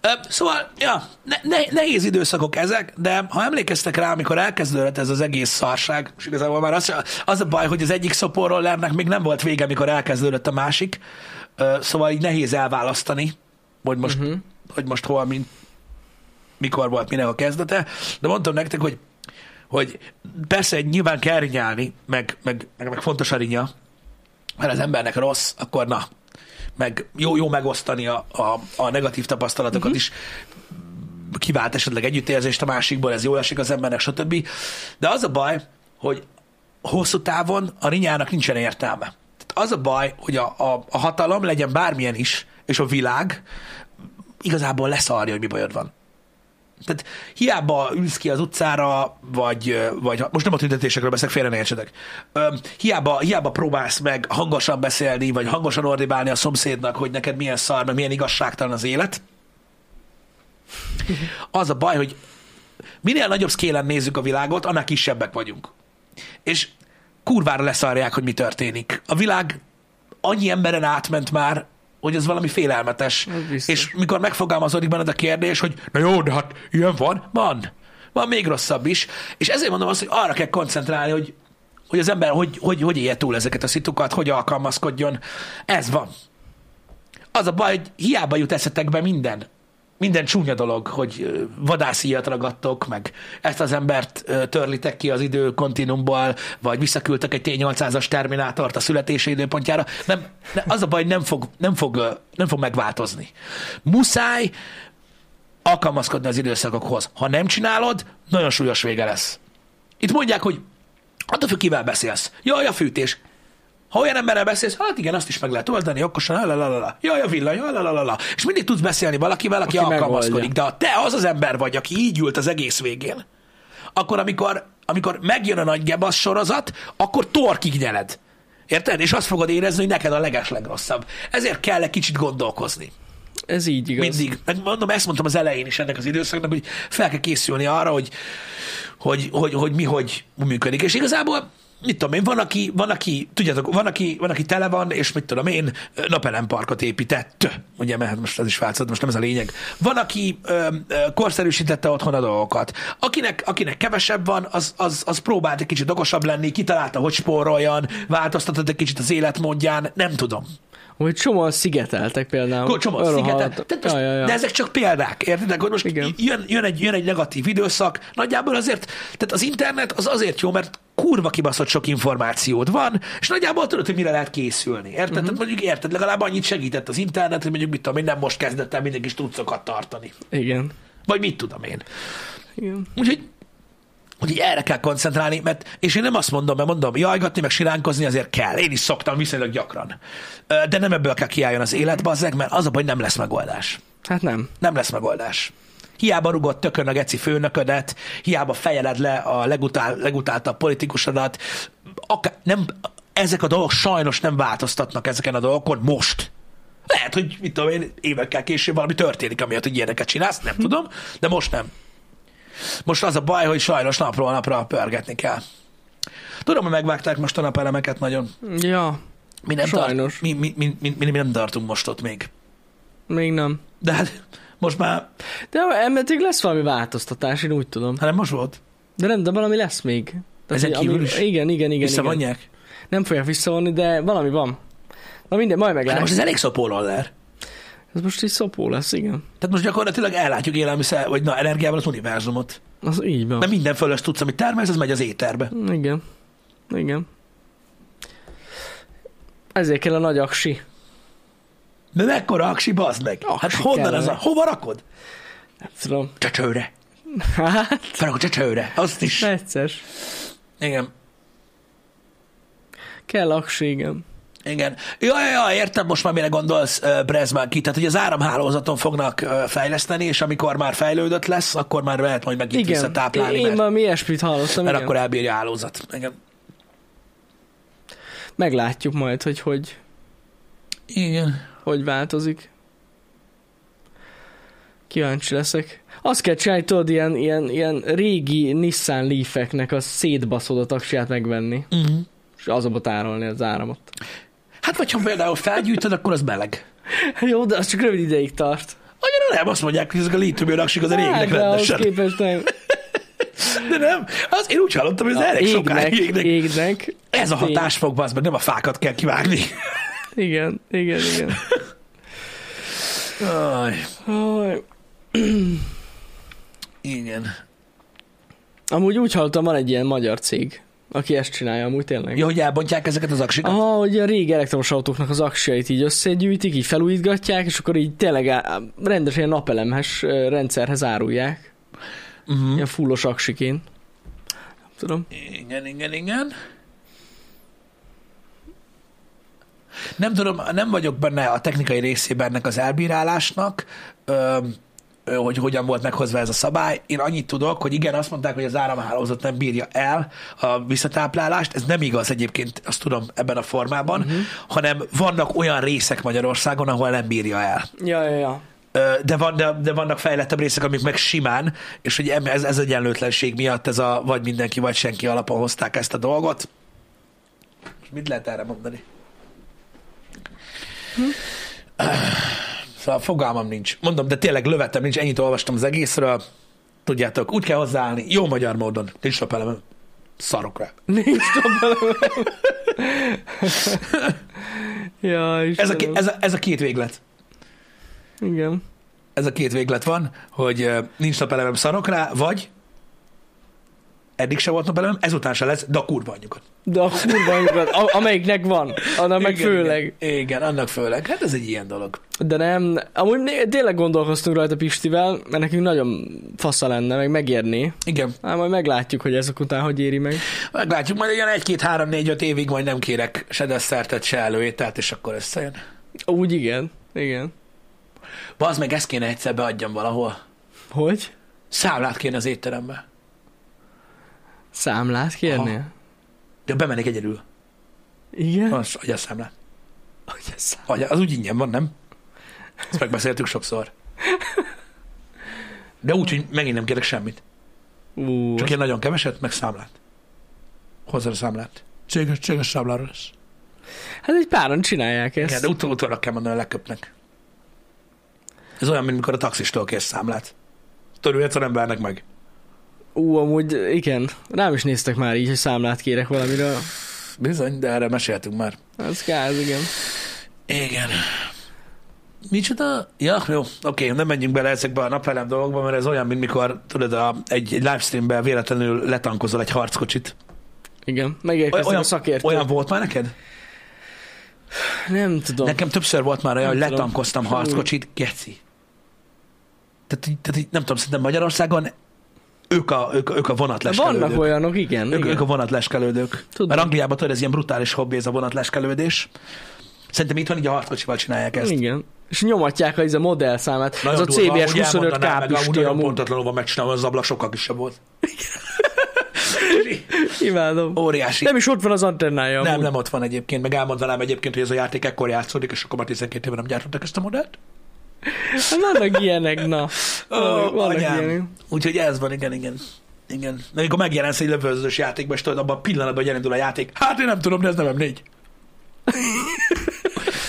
S1: Ö, Szóval, ja, ne, ne, nehéz időszakok ezek, de ha emlékeztek rá, amikor elkezdődött ez az egész szarság, és igazából már az, az a baj, hogy az egyik szoporrollernek még nem volt vége, amikor elkezdődött a másik, Ö, szóval így nehéz elválasztani, hogy most, uh-huh. hogy most hol, mint, mikor volt minek a kezdete, de mondtam nektek, hogy, hogy persze nyilván kell rinyálni, meg, meg, meg, meg fontos a rinya, mert az embernek rossz, akkor na, meg jó, jó megosztani a, a, a negatív tapasztalatokat uh-huh. is, kivált esetleg együttérzést a másikból, ez jól esik az embernek, stb. De az a baj, hogy hosszú távon a rinyának nincsen értelme. Tehát az a baj, hogy a, a, a hatalom legyen bármilyen is, és a világ igazából leszarja, hogy mi bajod van. Tehát hiába ülsz ki az utcára, vagy, vagy most nem a tüntetésekről beszélek, félre ne értsetek. Öm, hiába, hiába próbálsz meg hangosan beszélni, vagy hangosan ordibálni a szomszédnak, hogy neked milyen szar, meg milyen igazságtalan az élet. Az a baj, hogy minél nagyobb szkélen nézzük a világot, annál kisebbek vagyunk. És kurvára leszarják, hogy mi történik. A világ annyi emberen átment már, hogy ez valami félelmetes.
S2: Az biztos.
S1: És mikor megfogalmazódik benned a kérdés, hogy na jó, de hát ilyen van, van. Van még rosszabb is. És ezért mondom azt, hogy arra kell koncentrálni, hogy, hogy az ember hogy, hogy, hogy élje túl ezeket a szitukat, hogy alkalmazkodjon. Ez van. Az a baj, hogy hiába jut eszetekbe minden. Minden csúnya dolog, hogy ö, vadászíjat ragadtok, meg ezt az embert ö, törlitek ki az időkontinumból, vagy visszaküldtek egy T-800-as terminátort a születési időpontjára. Nem, ne- az a baj, hogy nem fog, nem, fog, ö, nem fog megváltozni. Muszáj alkalmazkodni az időszakokhoz. Ha nem csinálod, nagyon súlyos vége lesz. Itt mondják, hogy attól függ, kivel beszélsz. Jaj, a fűtés. Ha olyan emberrel beszélsz, hát igen, azt is meg lehet oldani, okosan, lalalala. Jaj, a villany, lalalala. És mindig tudsz beszélni valakivel, aki,
S2: Aki
S1: aki
S2: megoldja.
S1: alkalmazkodik. De ha te az az ember vagy, aki így ült az egész végén, akkor amikor, amikor megjön a nagy gebasz sorozat, akkor torkig nyeled. Érted? És azt fogod érezni, hogy neked a legeslegrosszabb. Ezért kell egy kicsit gondolkozni.
S2: Ez így igaz.
S1: Mindig. Meg mondom, ezt mondtam az elején is ennek az időszaknak, hogy fel kell készülni arra, hogy, hogy, hogy, hogy mi hogy működik. És igazából mit tudom én, van aki, van aki tudjátok, van aki, van, aki tele van, és mit tudom én, napelem parkot épített. Ugye, mert hát most ez is változott, most nem ez a lényeg. Van, aki ö, ö, korszerűsítette otthon a dolgokat. Akinek, akinek kevesebb van, az, az, az próbált egy kicsit okosabb lenni, kitalálta, hogy spóroljon, változtatott egy kicsit az életmódjan, nem tudom.
S2: Hogy csomóan szigeteltek például.
S1: Kocsomot,
S2: Arra
S1: szigetet.
S2: hallottam.
S1: Tehát most,
S2: Ja, ja, ja.
S1: De ezek csak példák, érted? Hogy most
S2: Igen.
S1: jön, jön, egy, jön egy negatív időszak, nagyjából azért, tehát az internet az azért jó, mert kurva kibaszott sok információd van, és nagyjából tudod, hogy mire lehet készülni. Érted? Uh-huh.
S2: Mhm.
S1: Tehát mondjuk érted, legalább annyit segített az internet, hogy mondjuk mit tudom én, nem most kezdett el mindenki tudcokat tartani.
S2: Igen.
S1: Vagy mit tudom én.
S2: Igen.
S1: Úgyhogy Úgyhogy erre kell koncentrálni, mert, és én nem azt mondom, mert mondom, jajgatni, meg siránkozni azért kell. Én is szoktam viszonylag gyakran. Ö, De nem ebből kell kiálljon az élet, bazzeg, mert az a baj, nem lesz megoldás
S2: Hát nem.
S1: nem lesz megoldás. Hiába rugott tökön a geci főnöködet, hiába fejeled le a legutál, legutáltabb politikusodat, akár, nem, ezek a dolgok sajnos nem változtatnak ezeken a dolgokon most. lehet, hogy mit tudom én, évekkel később valami történik, amiatt, hogy ilyeneket csinálsz, nem tudom, de most nem. Most az a baj, hogy sajnos napról napra pörgetni kell. Tudom, hogy megvágták most a napelemeket nagyon.
S2: Ja,
S1: Mi nem,
S2: Sajnos.
S1: Tart, mi, mi, mi, mi, mi nem tartunk most ott még.
S2: még nem.
S1: De hát most már,
S2: De említik lesz valami változtatás, én úgy tudom.
S1: hanem most volt.
S2: De nem, de valami lesz még.
S1: Ezen
S2: hogy
S1: kívül is?
S2: Igen, igen, igen. igen.
S1: Visszavonják?
S2: Nem fogják visszavonni, de valami van. Na minden, majd
S1: Hát
S2: meglátjuk.
S1: most ez elég szopó roller.
S2: Ez most így szopó lesz, igen.
S1: Tehát most gyakorlatilag ellátjuk élelmiszer, vagy na, energiával az univerzumot.
S2: Az így van.
S1: Mert minden fölös tudsz, amit termelsz, az megy az éterbe.
S2: Igen. Igen. Ezért kell a nagy aksi.
S1: De mekkora aksi, bazd meg?
S2: Aksi
S1: hát honnan
S2: kell,
S1: az a...
S2: meg.
S1: Hova rakod?
S2: Nem tudom.
S1: Csecsőre.
S2: Hát,
S1: Felrakod csecsőre. Azt is.
S2: necces.
S1: Igen.
S2: Kell aksi, igen.
S1: Igen. Jaj, jaj, értem most már, mire gondolsz uh, Brezmánki. Tehát, hogy az áramhálózaton fognak uh, fejleszteni, és amikor már fejlődött lesz, akkor már lehet majd megint
S2: Igen.
S1: visszatáplálni,
S2: Én
S1: mert,
S2: valami ilyesmit hallottam,
S1: mert
S2: igen.
S1: akkor elbírja a hálózat. Igen.
S2: Meglátjuk majd, hogy hogy,
S1: Igen.
S2: hogy változik. Kíváncsi leszek. Azt kell csinálni, tudod, ilyen, ilyen, ilyen régi Nissan Leaf-eknek a szétbaszódott aksiját megvenni,
S1: Uh-huh.
S2: és azonba tárolni az áramot.
S1: Hát, vagy ha például felgyűjtöd, akkor az meleg.
S2: Jó, de az csak rövid ideig tart.
S1: Annyira nem azt mondják, hogy ezek a lítium aksik az elégnek
S2: Hát, de ahhoz
S1: rendesen.
S2: képest nem.
S1: De nem, az, én úgy hallottam, hogy ez elég sokáig
S2: égnek,
S1: égnek.
S2: égnek.
S1: Ez a
S2: Tény.
S1: hatásfok, az meg nem a fákat kell kivágni.
S2: Igen, igen, igen.
S1: Aj,
S2: Aj.
S1: igen.
S2: Amúgy úgy hallottam, van egy ilyen magyar cég, aki ezt csinálja amúgy tényleg.
S1: Ja, hogy elbontják ezeket az aksikat?
S2: Aha, hogy a régi elektromos autóknak az aksjait így összegyűjtik, így felújítgatják, és akkor így tényleg á- rendesen ilyen napelemhes ö, rendszerhez árulják.
S1: Mhm.
S2: Ilyen fullos aksiként. Nem tudom.
S1: Igen, igen, igen. Nem tudom, nem vagyok benne a technikai részében ennek az elbírálásnak, ö, ö, hogy hogyan volt meghozva ez a szabály. Én annyit tudok, hogy igen, azt mondták, hogy az áramhálózat nem bírja el a visszatáplálást. Ez nem igaz egyébként, azt tudom ebben a formában, uh-huh. hanem vannak olyan részek Magyarországon, ahol nem bírja el.
S2: Ja, ja, ja.
S1: Ö, de, van, de, de vannak fejlettebb részek, amik meg simán, és hogy em- ez, ez egyenlőtlenség miatt ez a vagy mindenki, vagy senki alapon hozták ezt a dolgot. És mit lehet erre mondani? Hm? Szóval fogalmam nincs. Mondom, de tényleg lövetem nincs, ennyit olvastam az egészről. Tudjátok, úgy kell hozzáállni, jó magyar módon. Nincs napelemem. Szarok rá.
S2: Nincs napelem. ja,
S1: Ez a,
S2: Istenem.
S1: ki- ez, a, ez a két véglet.
S2: Igen.
S1: ez a két véglet van, hogy ö, nincs napelemem szarok rá, vagy eddig se volt napelemem, ezután se lesz, de a kurva anyjukat.
S2: De a kurva anyukat, a- amelyiknek van, annak meg
S1: Igen,
S2: főleg.
S1: Igen, igen, annak főleg. Hát ez egy ilyen dolog.
S2: De nem, amúgy né- tényleg gondolkoztunk rajta Pistivel, mert nekünk nagyon fasza lenne, meg megérné.
S1: Igen.
S2: Hát majd meglátjuk, hogy ezek után hogy éri meg.
S1: Meglátjuk, majd ilyen 1-2-3-4-5 évig majd nem kérek se desszertet, se előételt, és akkor összejön.
S2: Úgy igen, igen.
S1: Bazd meg, ezt kéne egyszer beadjam valahol.
S2: Hogy?
S1: Számlát kéne az étterembe.
S2: Számlát kérnél? Ha.
S1: De bemenek egyedül.
S2: Igen? Ha.
S1: Az adja a számlát.
S2: Hogy ez szám...
S1: Agya, az úgy ingyen van, nem? Ezt megbeszéltük sokszor. De úgy, hogy megint nem kérek semmit.
S2: Ú,
S1: Csak én nagyon keveset, meg számlát. Hozzá a számlát. Céges, céges számlára lesz.
S2: hát egy páran csinálják ezt.
S1: Igen, de utol utólag kell mondani, hogy leköpnek. Ez olyan, mint mikor a taxistól kérsz számlát. Tudod, egyszer nem vernek meg.
S2: Ú, amúgy igen, rám is néztek már így, hogy számlát kérek valamire.
S1: Bizony, de erre meséltünk már.
S2: Ez gáz, igen.
S1: Igen. Micsoda? Ja, jó, oké, nem menjünk bele ezekbe a napelem dolgokba, mert ez olyan, mint mikor, tudod, a, egy, egy livestreamben véletlenül letankozol egy harckocsit.
S2: Igen, megérkeztek
S1: Olyan-
S2: a szakértő.
S1: Olyan volt már neked?
S2: Nem tudom.
S1: Nekem többször volt már olyan,
S2: Nem
S1: hogy
S2: tudom.
S1: letankoztam harckocsit, geci. Tehát, így- tehát így, nem tudom, szerintem Magyarországon ők a, ők, a- ők a
S2: De
S1: vonatleskelődők.
S2: vannak olyanok, igen.
S1: ők,
S2: igen.
S1: ők a vonatleskelődők.
S2: Tudom.
S1: Mert Angliában tudod, ez ilyen brutális hobbi, ez a vonatleskelődés. Szerintem itthon így a harckocsival csinálják ezt.
S2: Igen. És nyomatják az a modell számát.
S1: Nagyon
S2: ez a
S1: durva,
S2: CBS
S1: ahogy elmondanám, meg
S2: 25
S1: amúgy
S2: k
S1: nagyon
S2: amúgy.
S1: pontatlanul van megcsinálva, az ablak sokkal kisebb volt.
S2: Imádom.
S1: Óriási.
S2: Nem is ott van az antennája.
S1: Nem,
S2: amúgy.
S1: nem ott van egyébként, meg elmondanám egyébként, hogy ez a játék ekkor játszódik, és akkor már 12 éve nem gyártottak ezt a modellt.
S2: Hát Vannak ilyenek, na. Vannak-
S1: Ó,
S2: vannak
S1: anyám.
S2: ilyenek.
S1: Úgyhogy ez van, igen, igen. Igen. De amikor megjelensz egy lövöldözős játékban, és tudod, abban a pillanatban, hogy elindul a játék, hát én nem tudom, de ez nem M4.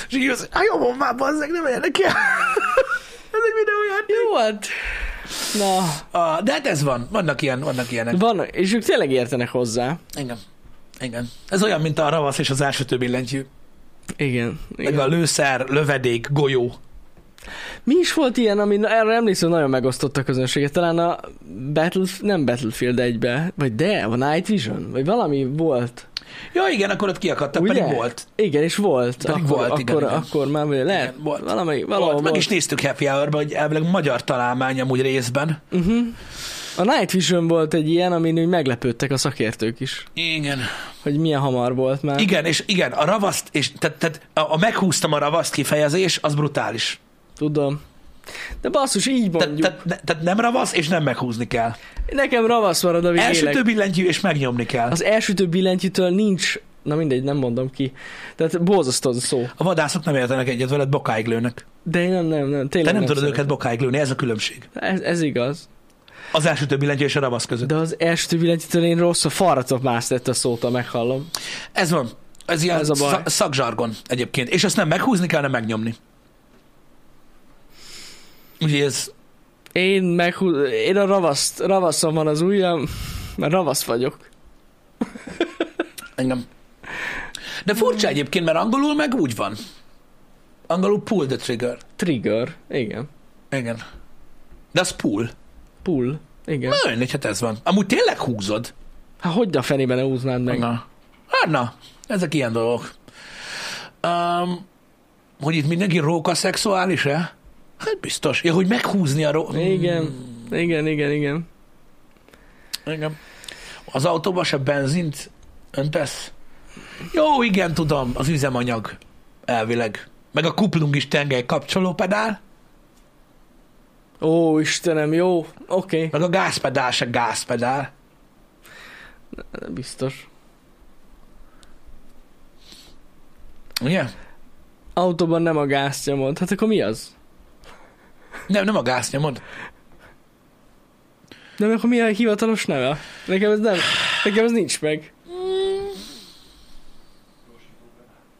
S1: és így az, hát jó, van már bazzeg, nem érdekel. hát ez egy videójáték.
S2: Jó volt. Na,
S1: Ah, de hát ez van, vannak ilyen, vannak ilyenek.
S2: van, és ők tényleg értenek hozzá.
S1: Igen. Igen. Ez olyan, mint a ravasz és az elsőtő billentyű.
S2: Igen.
S1: Meg a
S2: igen.
S1: lőszer, lövedék, golyó.
S2: Mi is volt ilyen, ami erre emlékszem, nagyon megosztotta a közönséget. Talán a Battle, nem Battlefield 1-be, vagy de, a Night Vision, vagy valami volt.
S1: Ja, igen, akkor ott kiakadtak,
S2: Ugye?
S1: pedig volt.
S2: Igen, és volt.
S1: Pedig
S2: akkor,
S1: volt,
S2: akkor,
S1: igen, igen.
S2: akkor már vagy lehet.
S1: Igen, volt.
S2: Valami, valahol
S1: Volt,
S2: volt.
S1: meg is néztük Happy hour hogy elvileg magyar találmány amúgy részben.
S2: Uh-huh. A Night Vision volt egy ilyen, amin úgy meglepődtek a szakértők is,
S1: Igen.
S2: hogy milyen hamar volt már.
S1: Igen, és igen, a ravaszt, és tehát, tehát a, a meghúztam a ravaszt kifejezés, az brutális.
S2: Tudom. De basszus, így
S1: Tehát,
S2: mondjuk. Te,
S1: tehát, ne, tehát nem ravasz, és nem meghúzni kell.
S2: Nekem ravasz marad, amíg
S1: Első
S2: élek.
S1: több billentyű, és megnyomni kell.
S2: Az elsütő billentyűtől nincs, na mindegy, nem mondom ki. Tehát borzasztó szó.
S1: A vadászok nem értenek egyet veled, bokáig lőnek.
S2: De én nem, nem, nem,
S1: Te
S2: tényleg
S1: nem, tudod
S2: szeretem.
S1: őket bokáig lőni, ez a különbség.
S2: Ez, ez igaz.
S1: Az első több billentyű és a ravasz között.
S2: De az elsütő billentyűtől én rossz a farra más lett a szót, ha meghallom.
S1: Ez van. Ez ilyen
S2: Ez a baj.
S1: szak- szakzsargon egyébként. És azt nem meghúzni kell, hanem megnyomni. Úgyhogy ez,
S2: Én meg, én a ravaszt, ravaszom van az ujjam, mert ravasz vagyok.
S1: Engem. De furcsa
S2: Hmm.
S1: egyébként, mert angolul meg úgy van. Angolul pull the trigger.
S2: Trigger, igen.
S1: Igen. De az pull.
S2: Pull, igen.
S1: Na, mindegy, hát ez van. Amúgy tényleg húzod.
S2: Hát hogy a fenében ne húznád meg?
S1: Na. Hát na, ezek ilyen dolgok. Um, hogy itt mindenki róka szexuális-e? Hát biztos. Ja, hogy meghúzni a ró...
S2: Igen, igen, igen, igen.
S1: Mm, igen. Az autóba se benzint öntesz? Jó, igen, tudom, az üzemanyag elvileg. Meg a kuplung is tengely kapcsolópedál.
S2: Ó, Istenem, jó, oké, okay.
S1: Meg a gázpedál se gázpedál.
S2: biztos.
S1: Ugye?
S2: Autóban nem a gázt nyomod, hát akkor mi az?
S1: Nem, nem a gáz nyomod.
S2: De akkor mi a hivatalos neve? Nekem ez nem, nekem ez nincs meg.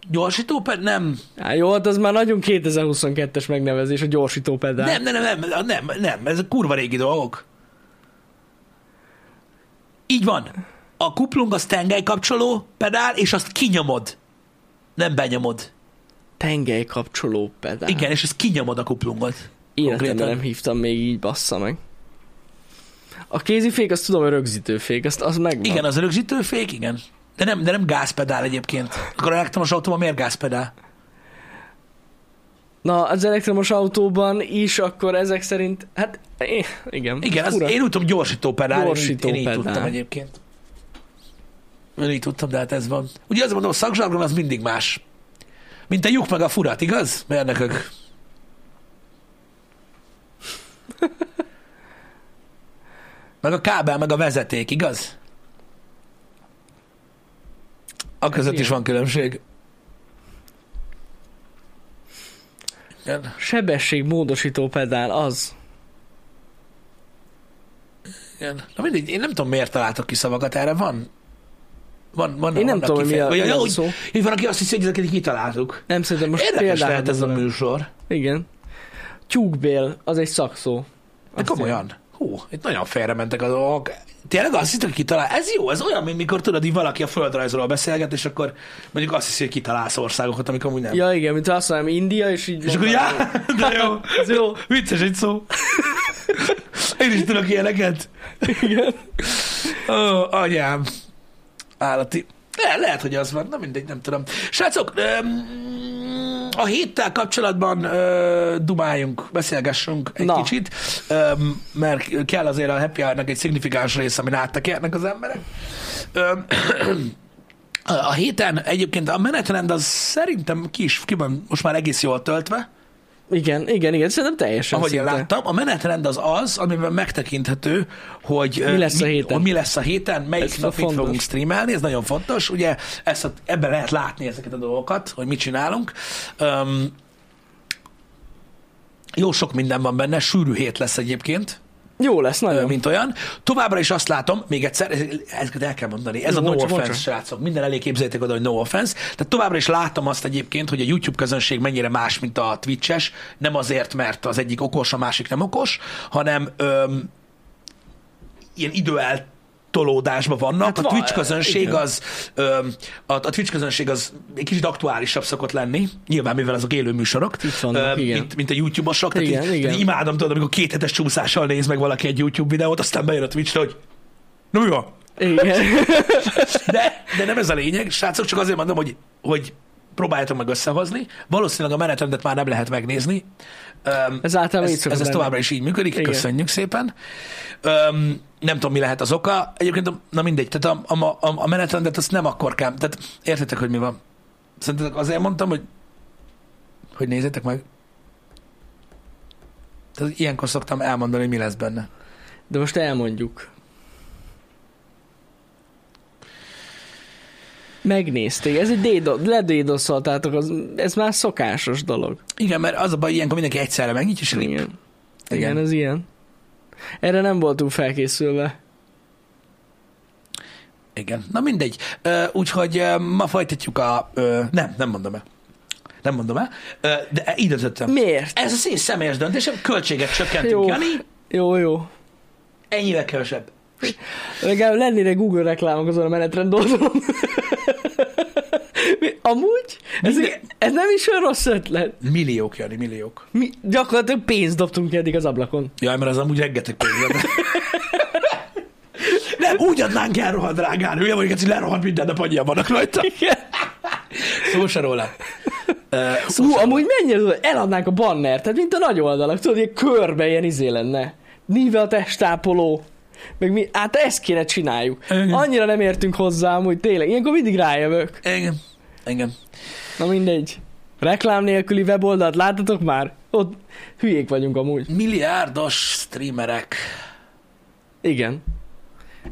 S1: Gyorsító ped- nem.
S2: Á, jó, hát az már nagyon 2022-es megnevezés, a gyorsító pedál.
S1: nem. Nem, nem, nem, nem, nem, ez a kurva régi dolgok. Így van. A kuplung az tengely kapcsoló pedál, és azt kinyomod. Nem benyomod.
S2: Tengely kapcsoló pedál.
S1: Igen, és ezt kinyomod a kuplungot.
S2: Életemben
S1: konkrétan.
S2: nem hívtam még így, bassza meg. A kézifék, azt tudom, a rögzítőfék, azt, az megvan.
S1: Igen, az a rögzítőfék, igen. De nem, de nem gázpedál egyébként. Akkor a elektromos autóban miért gázpedál?
S2: Na, az elektromos autóban is, akkor ezek szerint, hát eh, igen.
S1: Igen, az,
S2: Fura.
S1: én úgy tudom, gyorsító pedál.
S2: Gyorsító
S1: én, így- én így
S2: pedál.
S1: tudtam egyébként. Én így tudtam, de hát ez van. Ugye azt mondom, a szakzsargon az mindig más. Mint a lyuk meg a furat, igaz? Mérnökök. Meg a kábel, meg a vezeték, igaz? A között is
S2: ilyen.
S1: van különbség. Igen.
S2: Sebességmódosító pedál, az.
S1: Igen. Na mindegy, én nem tudom, miért találtak ki szavakat erre, van? Van, van,
S2: Én nem
S1: vannak
S2: tudom, hogy mi a,
S1: kifejezések.
S2: mi
S1: Vagy,
S2: a
S1: ahogy-
S2: szó.
S1: Így van, aki azt hiszi, hogy ezeket kitaláltuk.
S2: Nem szerintem most
S1: Most Érdekes
S2: például.
S1: lehet ez a műsor.
S2: Igen. Tyúkbél, az egy szakszó.
S1: De komolyan. Hú, itt nagyon félrementek a dolgok. Tényleg azt hittem, hogy kitalál. Ez jó, ez olyan, mint mikor tudod, így valaki a földrajzról beszélget, és akkor mondjuk azt hiszi, hogy kitalálsz országokat, amikor amúgy nem.
S2: Ja igen, mint azt mondom, India, és így
S1: és akkor,
S2: mondanám,
S1: já, de jó,
S2: hogy Ez jó.
S1: vicces egy szó. Én is tudok ilyeneket.
S2: Igen.
S1: Ó, anyám. Állati. Le, lehet, hogy az van, na mindegy, nem tudom. Srácok, öm, a héttel kapcsolatban ö, dumáljunk, beszélgessünk egy
S2: Na.
S1: kicsit, öm, mert kell azért a happy hour egy szignifikáns rész, amin áttekernek az emberek. Öm, a héten egyébként a menetrend az szerintem ki is ki van most már egész jól töltve.
S2: Igen, igen, igen, szerintem teljesen
S1: ahogy én
S2: szinte.
S1: láttam. A menetrend az az, amiben megtekinthető, hogy ö,
S2: Mi lesz a héten?
S1: hogy mi lesz a héten, melyik
S2: Ez
S1: ez nap mit
S2: fontos.
S1: fogunk streamelni, ez nagyon fontos. Ugye ezt, a- ebben lehet látni ezeket a dolgokat, hogy mit csinálunk. Um, jó sok minden van benne, sűrű hét lesz egyébként,
S2: Jó lesz,
S1: ö,
S2: nagyon.
S1: mint olyan. Továbbra is azt látom, még egyszer, ez- ezeket el kell mondani, ez
S2: Jó,
S1: a no
S2: mondja,
S1: offense,
S2: mondja.
S1: srácok, minden elé képzeljétek oda, hogy no offense. Tehát továbbra is látom azt egyébként, hogy a YouTube közönség mennyire más, mint a Twitches, nem azért, mert az egyik okos, a másik nem okos, hanem öm, ilyen időeltolódásban vannak.
S2: Hát
S1: a
S2: van,
S1: Twitch közönség
S2: igen.
S1: az öm, a, a Twitch közönség az egy kicsit aktuálisabb szokott lenni, nyilván mivel azok élő műsorok,
S2: Itt vannak, igen.
S1: mint, mint a YouTube-osok. Tehát
S2: Igen,
S1: így- tehát
S2: igen.
S1: így imádom, tudod, amikor két hetes csúszással néz meg valaki egy YouTube videót, aztán bejön a Twitchre, hogy na mi van?
S2: Igen.
S1: De, de nem ez a lényeg, srácok, csak azért mondom, hogy, hogy próbáljátok meg összehozni. Valószínűleg a menetrendet már nem lehet megnézni. Öm,
S2: Ez általában így
S1: ez,
S2: szokott
S1: ez, ez
S2: lenni.
S1: továbbra is így működik,
S2: Igen.
S1: Igen. köszönjük szépen. Öm, nem tudom, mi lehet az oka. Egyébként, na mindegy, tehát a, a, a, a menetrendet azt nem akkor kell, tehát értitek, hogy mi van. Szerintetek azért mondtam, hogy hogy nézzétek meg. Tehát ilyenkor szoktam elmondani, hogy mi lesz benne.
S2: De most elmondjuk. Megnézték, ez egy dédo, ledédoszoltátok, az, ez már szokásos dolog.
S1: Igen, mert az a baj, ilyenkor mindenki egyszerre megnyitja, és lép.
S2: Igen. Igen, ez ilyen. Erre nem voltunk felkészülve.
S1: Igen, na mindegy. Ö, Úgyhogy ö, ma folytatjuk a... ö, Nem, nem mondom el. Nem mondom el, Ö, de e, így döntöttem.
S2: Miért?
S1: Ez az én személyes döntésem, költséget csökkentünk,
S2: Jó.
S1: Jani,
S2: Jó, jó.
S1: ennyivel kevesebb.
S2: Legalább lennének Google reklámok azon a menetrend oldalon. Mi- Amúgy? Ez,
S1: Minden-
S2: ez nem is olyan rossz ötlet.
S1: Milliók, Jani, milliók.
S2: Mi gyakorlatilag pénzt dobtunk eddig az ablakon.
S1: Jaj, mert az amúgy rengeteg pénz van. Nem, úgy adnánk el rohadt drágán, hülye vagyok, hogy lerohadt minden nap annyian vannak rajta.
S2: Igen.
S1: Szó se róla. Ö, szó
S2: Ú,
S1: se róla.
S2: amúgy mennyire tudod, eladnánk a bannert, tehát mint a nagy oldalak, tudod, ilyen körbe ilyen izé lenne. Níve a testápoló. Meg mi, hát ezt kéne csináljuk.
S1: Igen.
S2: Annyira nem értünk hozzá, amúgy tényleg. Ilyenkor mindig rájövök.
S1: Igen, igen.
S2: Na mindegy. Reklám nélküli weboldalt láttatok már? Ott hülyék vagyunk amúgy.
S1: Milliárdos streamerek,
S2: Igen.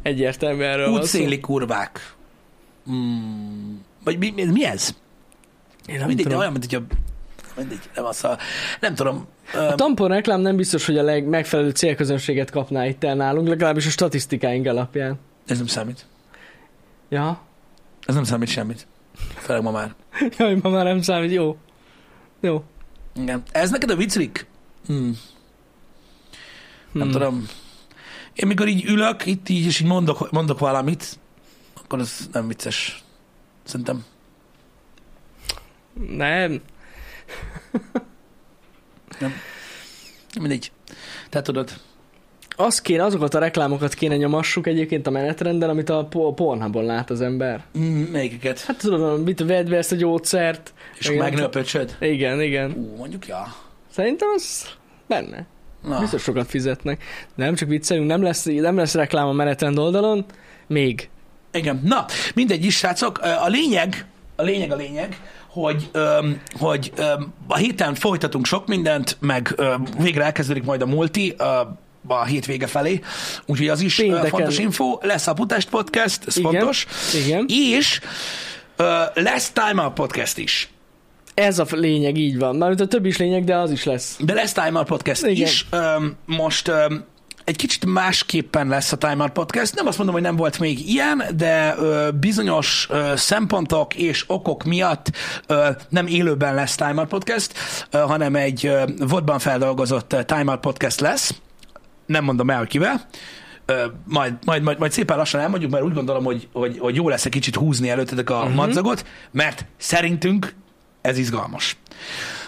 S2: Egyértelmű erről van szó.
S1: útszéli kurvák. Mm, vagy mi, mi, mi ez?
S2: Én nem
S1: Mindig, de
S2: tudom.
S1: olyan, mint hogyha... Mindig, nem az a... Nem tudom.
S2: Hát A tampon reklám nem biztos, hogy a leg- megfelelő célközönséget kapná itt el nálunk, legalábbis a statisztikáink alapján.
S1: Ez nem számít.
S2: Ja,
S1: Ez nem számít semmit. Főleg ma már.
S2: jaj, ma már nem számít, jó. Jó.
S1: Igen. Ez neked a vicrik? Hmm. Nem
S2: Hmm.
S1: tudom. Én mikor így ülök, itt így, és így mondok, mondok valamit, akkor ez nem vicces. Szerintem.
S2: Nem.
S1: Mindegy. Te tudod.
S2: Azt kéne, azokat a reklámokat kéne nyomassuk egyébként a menetrenden, amit a po- Pornhubon lát az ember.
S1: Mm, Melyiket?
S2: Hát tudod, mit vedd be ezt a gyógyszert.
S1: És
S2: Igen.
S1: megnő a pöcsöd?
S2: Igen, igen.
S1: Ú, mondjuk, ja.
S2: Szerintem az benne.
S1: Na.
S2: Biztos sokat fizetnek. De nem csak viccelünk, nem lesz, nem lesz reklám a menetrend oldalon. Még.
S1: Igen, na, mindegy is, srácok. Ö, A lényeg, a lényeg, a lényeg, hogy, öm, hogy öm, a héten folytatunk sok mindent, meg öm, végre elkezdődik majd a multi, ö, a hétvége felé, úgyhogy az is Pénteken.
S2: Pénteken.
S1: fontos info, lesz a Putest Podcast, ez
S2: Igen.
S1: fontos,
S2: Igen.
S1: és ö, lesz Time Out Podcast is.
S2: Ez a f- lényeg, így van. Mármint a többi is lényeg, de az is lesz.
S1: De lesz Time Out Podcast
S2: Igen.
S1: Igen. is. Öm, most öm, egy kicsit másképpen lesz a Time Out Podcast. Nem azt mondom, hogy nem volt még ilyen, de ö, bizonyos ö, szempontok és okok miatt ö, nem élőben lesz Time Out Podcast, ö, hanem egy ö, vodban feldolgozott ö, Time Out Podcast lesz. Nem mondom el, hogy kivel. Ö, majd, majd, majd, majd szépen lassan elmondjuk, mert úgy gondolom, hogy, hogy, hogy jó lesz egy kicsit húzni előttetek a uh-huh. madzagot, mert szerintünk ez izgalmas.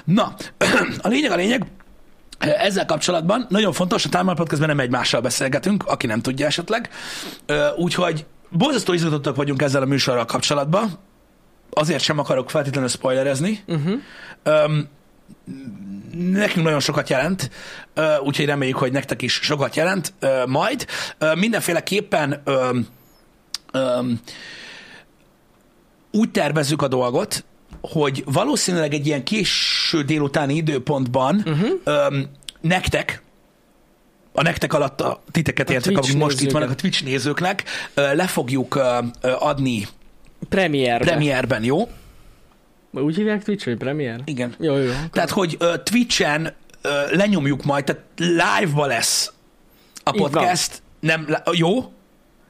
S1: Na, a lényeg a lényeg, ezzel kapcsolatban nagyon fontos, a Time Out Podcastben nem egymással beszélgetünk, aki nem tudja esetleg. Ö, Úgyhogy borzasztó izgatottak vagyunk ezzel a műsorral kapcsolatban. Azért sem akarok feltétlenül spoilerezni.
S2: Uh-huh.
S1: Öm, nekünk nagyon sokat jelent, ö, úgyhogy reméljük, hogy nektek is sokat jelent ö, majd. Ö, mindenféleképpen öm, öm, úgy tervezzük a dolgot, hogy valószínűleg egy ilyen késő délutáni időpontban
S2: Mhm.
S1: uh-huh. öm, nektek, a nektek alatt a titeket
S2: A
S1: értek,
S2: Twitch
S1: akik most itt
S2: nézőket.
S1: vannak a Twitch nézőknek, ö, le fogjuk ö, ö, adni
S2: Premierbe.
S1: premierben, jó?
S2: Úgy hívják Twitch, hogy Premier?
S1: Igen.
S2: Jó, jó.
S1: Tehát, hogy ö, Twitch-en ö, lenyomjuk majd, tehát live-ba lesz a
S2: Így van.
S1: podcast, nem, lá- jó?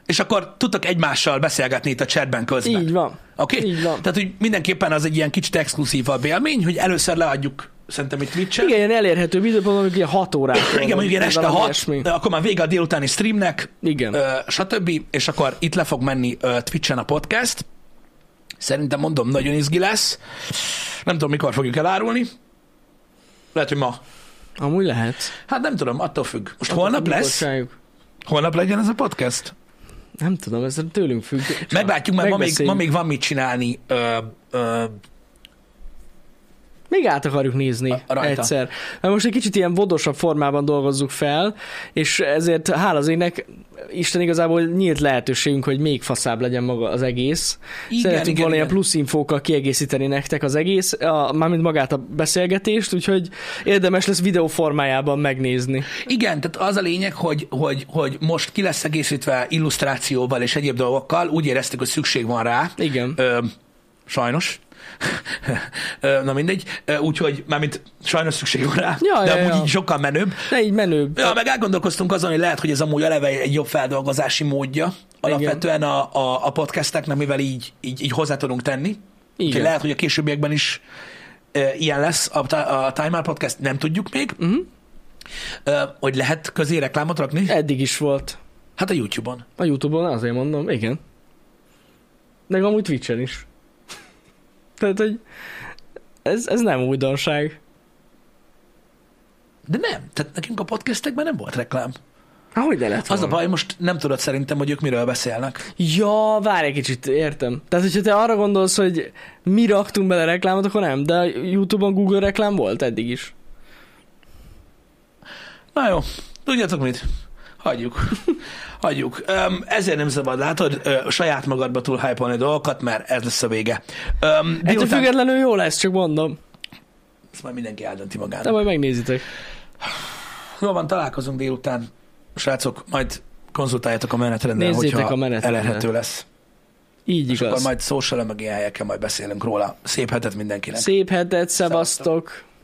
S1: És akkor tudtok egymással beszélgetni itt a chatben közben.
S2: Így van.
S1: Oké?
S2: Így van.
S1: Tehát, hogy mindenképpen az egy ilyen kicsit exkluzívabb élmény, hogy először leadjuk szerintem itt Twitch-en.
S2: Igen, ilyen elérhető időpontban, amikor ilyen 6 órát.
S1: Igen, mondjuk ilyen este
S2: valami
S1: 6,
S2: ilyesmi.
S1: akkor már vége a délutáni streamnek,
S2: Igen.
S1: ö, stb. És akkor itt le fog menni ö, Twitch-en a podcast. Szerintem mondom, nagyon izgi lesz. Nem tudom, mikor fogjuk elárulni. Lehet, hogy ma.
S2: Amúgy lehet.
S1: Hát nem tudom, attól függ. Most holnap
S2: Mikor
S1: lesz?
S2: csináljuk?
S1: Holnap legyen ez a podcast?
S2: Nem tudom, ez tőlünk függ. Csak
S1: Meglátjuk, mert ma még, ma
S2: megbeszéljük.
S1: még van mit csinálni. Ö, ö,
S2: Még át akarjuk nézni
S1: A- rajta.
S2: egyszer. Mert most egy kicsit ilyen vodosabb formában dolgozzuk fel, és ezért hála az ének, Isten igazából nyílt lehetőségünk, hogy még faszább legyen maga az egész.
S1: Igen,
S2: Szeretünk
S1: igen,
S2: volna ilyen
S1: igen.
S2: plusz infókkal kiegészíteni nektek az egész, a, mármint magát a beszélgetést, úgyhogy érdemes lesz videó formájában megnézni.
S1: Igen, tehát az a lényeg, hogy, hogy, hogy most ki lesz egészítve illusztrációval és egyéb dolgokkal, úgy éreztük, hogy szükség van rá.
S2: Igen.
S1: Ö, sajnos. Ö, Na mindegy. Ö, Úgyhogy, mármint sajnos szükség van rá,
S2: Ja,
S1: de
S2: ja,
S1: amúgy
S2: ja.
S1: így sokkal menőbb.
S2: De így menő.
S1: Ja, meg elgondolkoztunk azon, hogy lehet, hogy ez amúgy eleve egy jobb feldolgozási módja alapvetően a, a, a podcasteknek, mivel így, így, így hozzá tudunk tenni. Úgyhogy
S2: Igen.
S1: lehet, hogy a későbbiekben is e, ilyen lesz a, ti- a Time Out Podcast, nem tudjuk még.
S2: Mhm.
S1: E, hogy lehet közé reklámot rakni?
S2: Eddig is volt.
S1: Hát a YouTube-on.
S2: A Youtube-on azért mondom, igen. Meg amúgy Twitch-en is. Tehát, hogy ez, ez nem újdonság.
S1: De nem, tehát nekünk a podcastekben nem volt reklám.
S2: Ahogy ne lett
S1: Az a
S2: volna.
S1: baj, most nem tudod szerintem, hogy ők miről beszélnek.
S2: Ja, várj egy kicsit, értem. Tehát, hogyha te arra gondolsz, hogy mi raktunk bele reklámot, akkor nem, de a Youtube-on Google reklám volt eddig is.
S1: Na jó, tudjátok mit? Hagyjuk. Hagyjuk. Öm, ezért nem szabad, látod, ö, saját magadba túl hype dolgokat, mert ez lesz a vége. Öm,
S2: Ettől
S1: délután...
S2: függetlenül jó lesz, csak mondom.
S1: Ezt majd mindenki eldönti
S2: De
S1: magának.
S2: majd megnézitek.
S1: Jól van, találkozunk délután. Srácok, majd konzultáljatok a menetrenddel,
S2: Nézzétek
S1: hogyha
S2: a menetrendet.
S1: elérhető lesz.
S2: Így
S1: És akkor
S2: igaz.
S1: majd social meg ilyen helyeken majd beszélünk róla. Szép hetet mindenkinek.
S2: Szép hetet, szevasztok!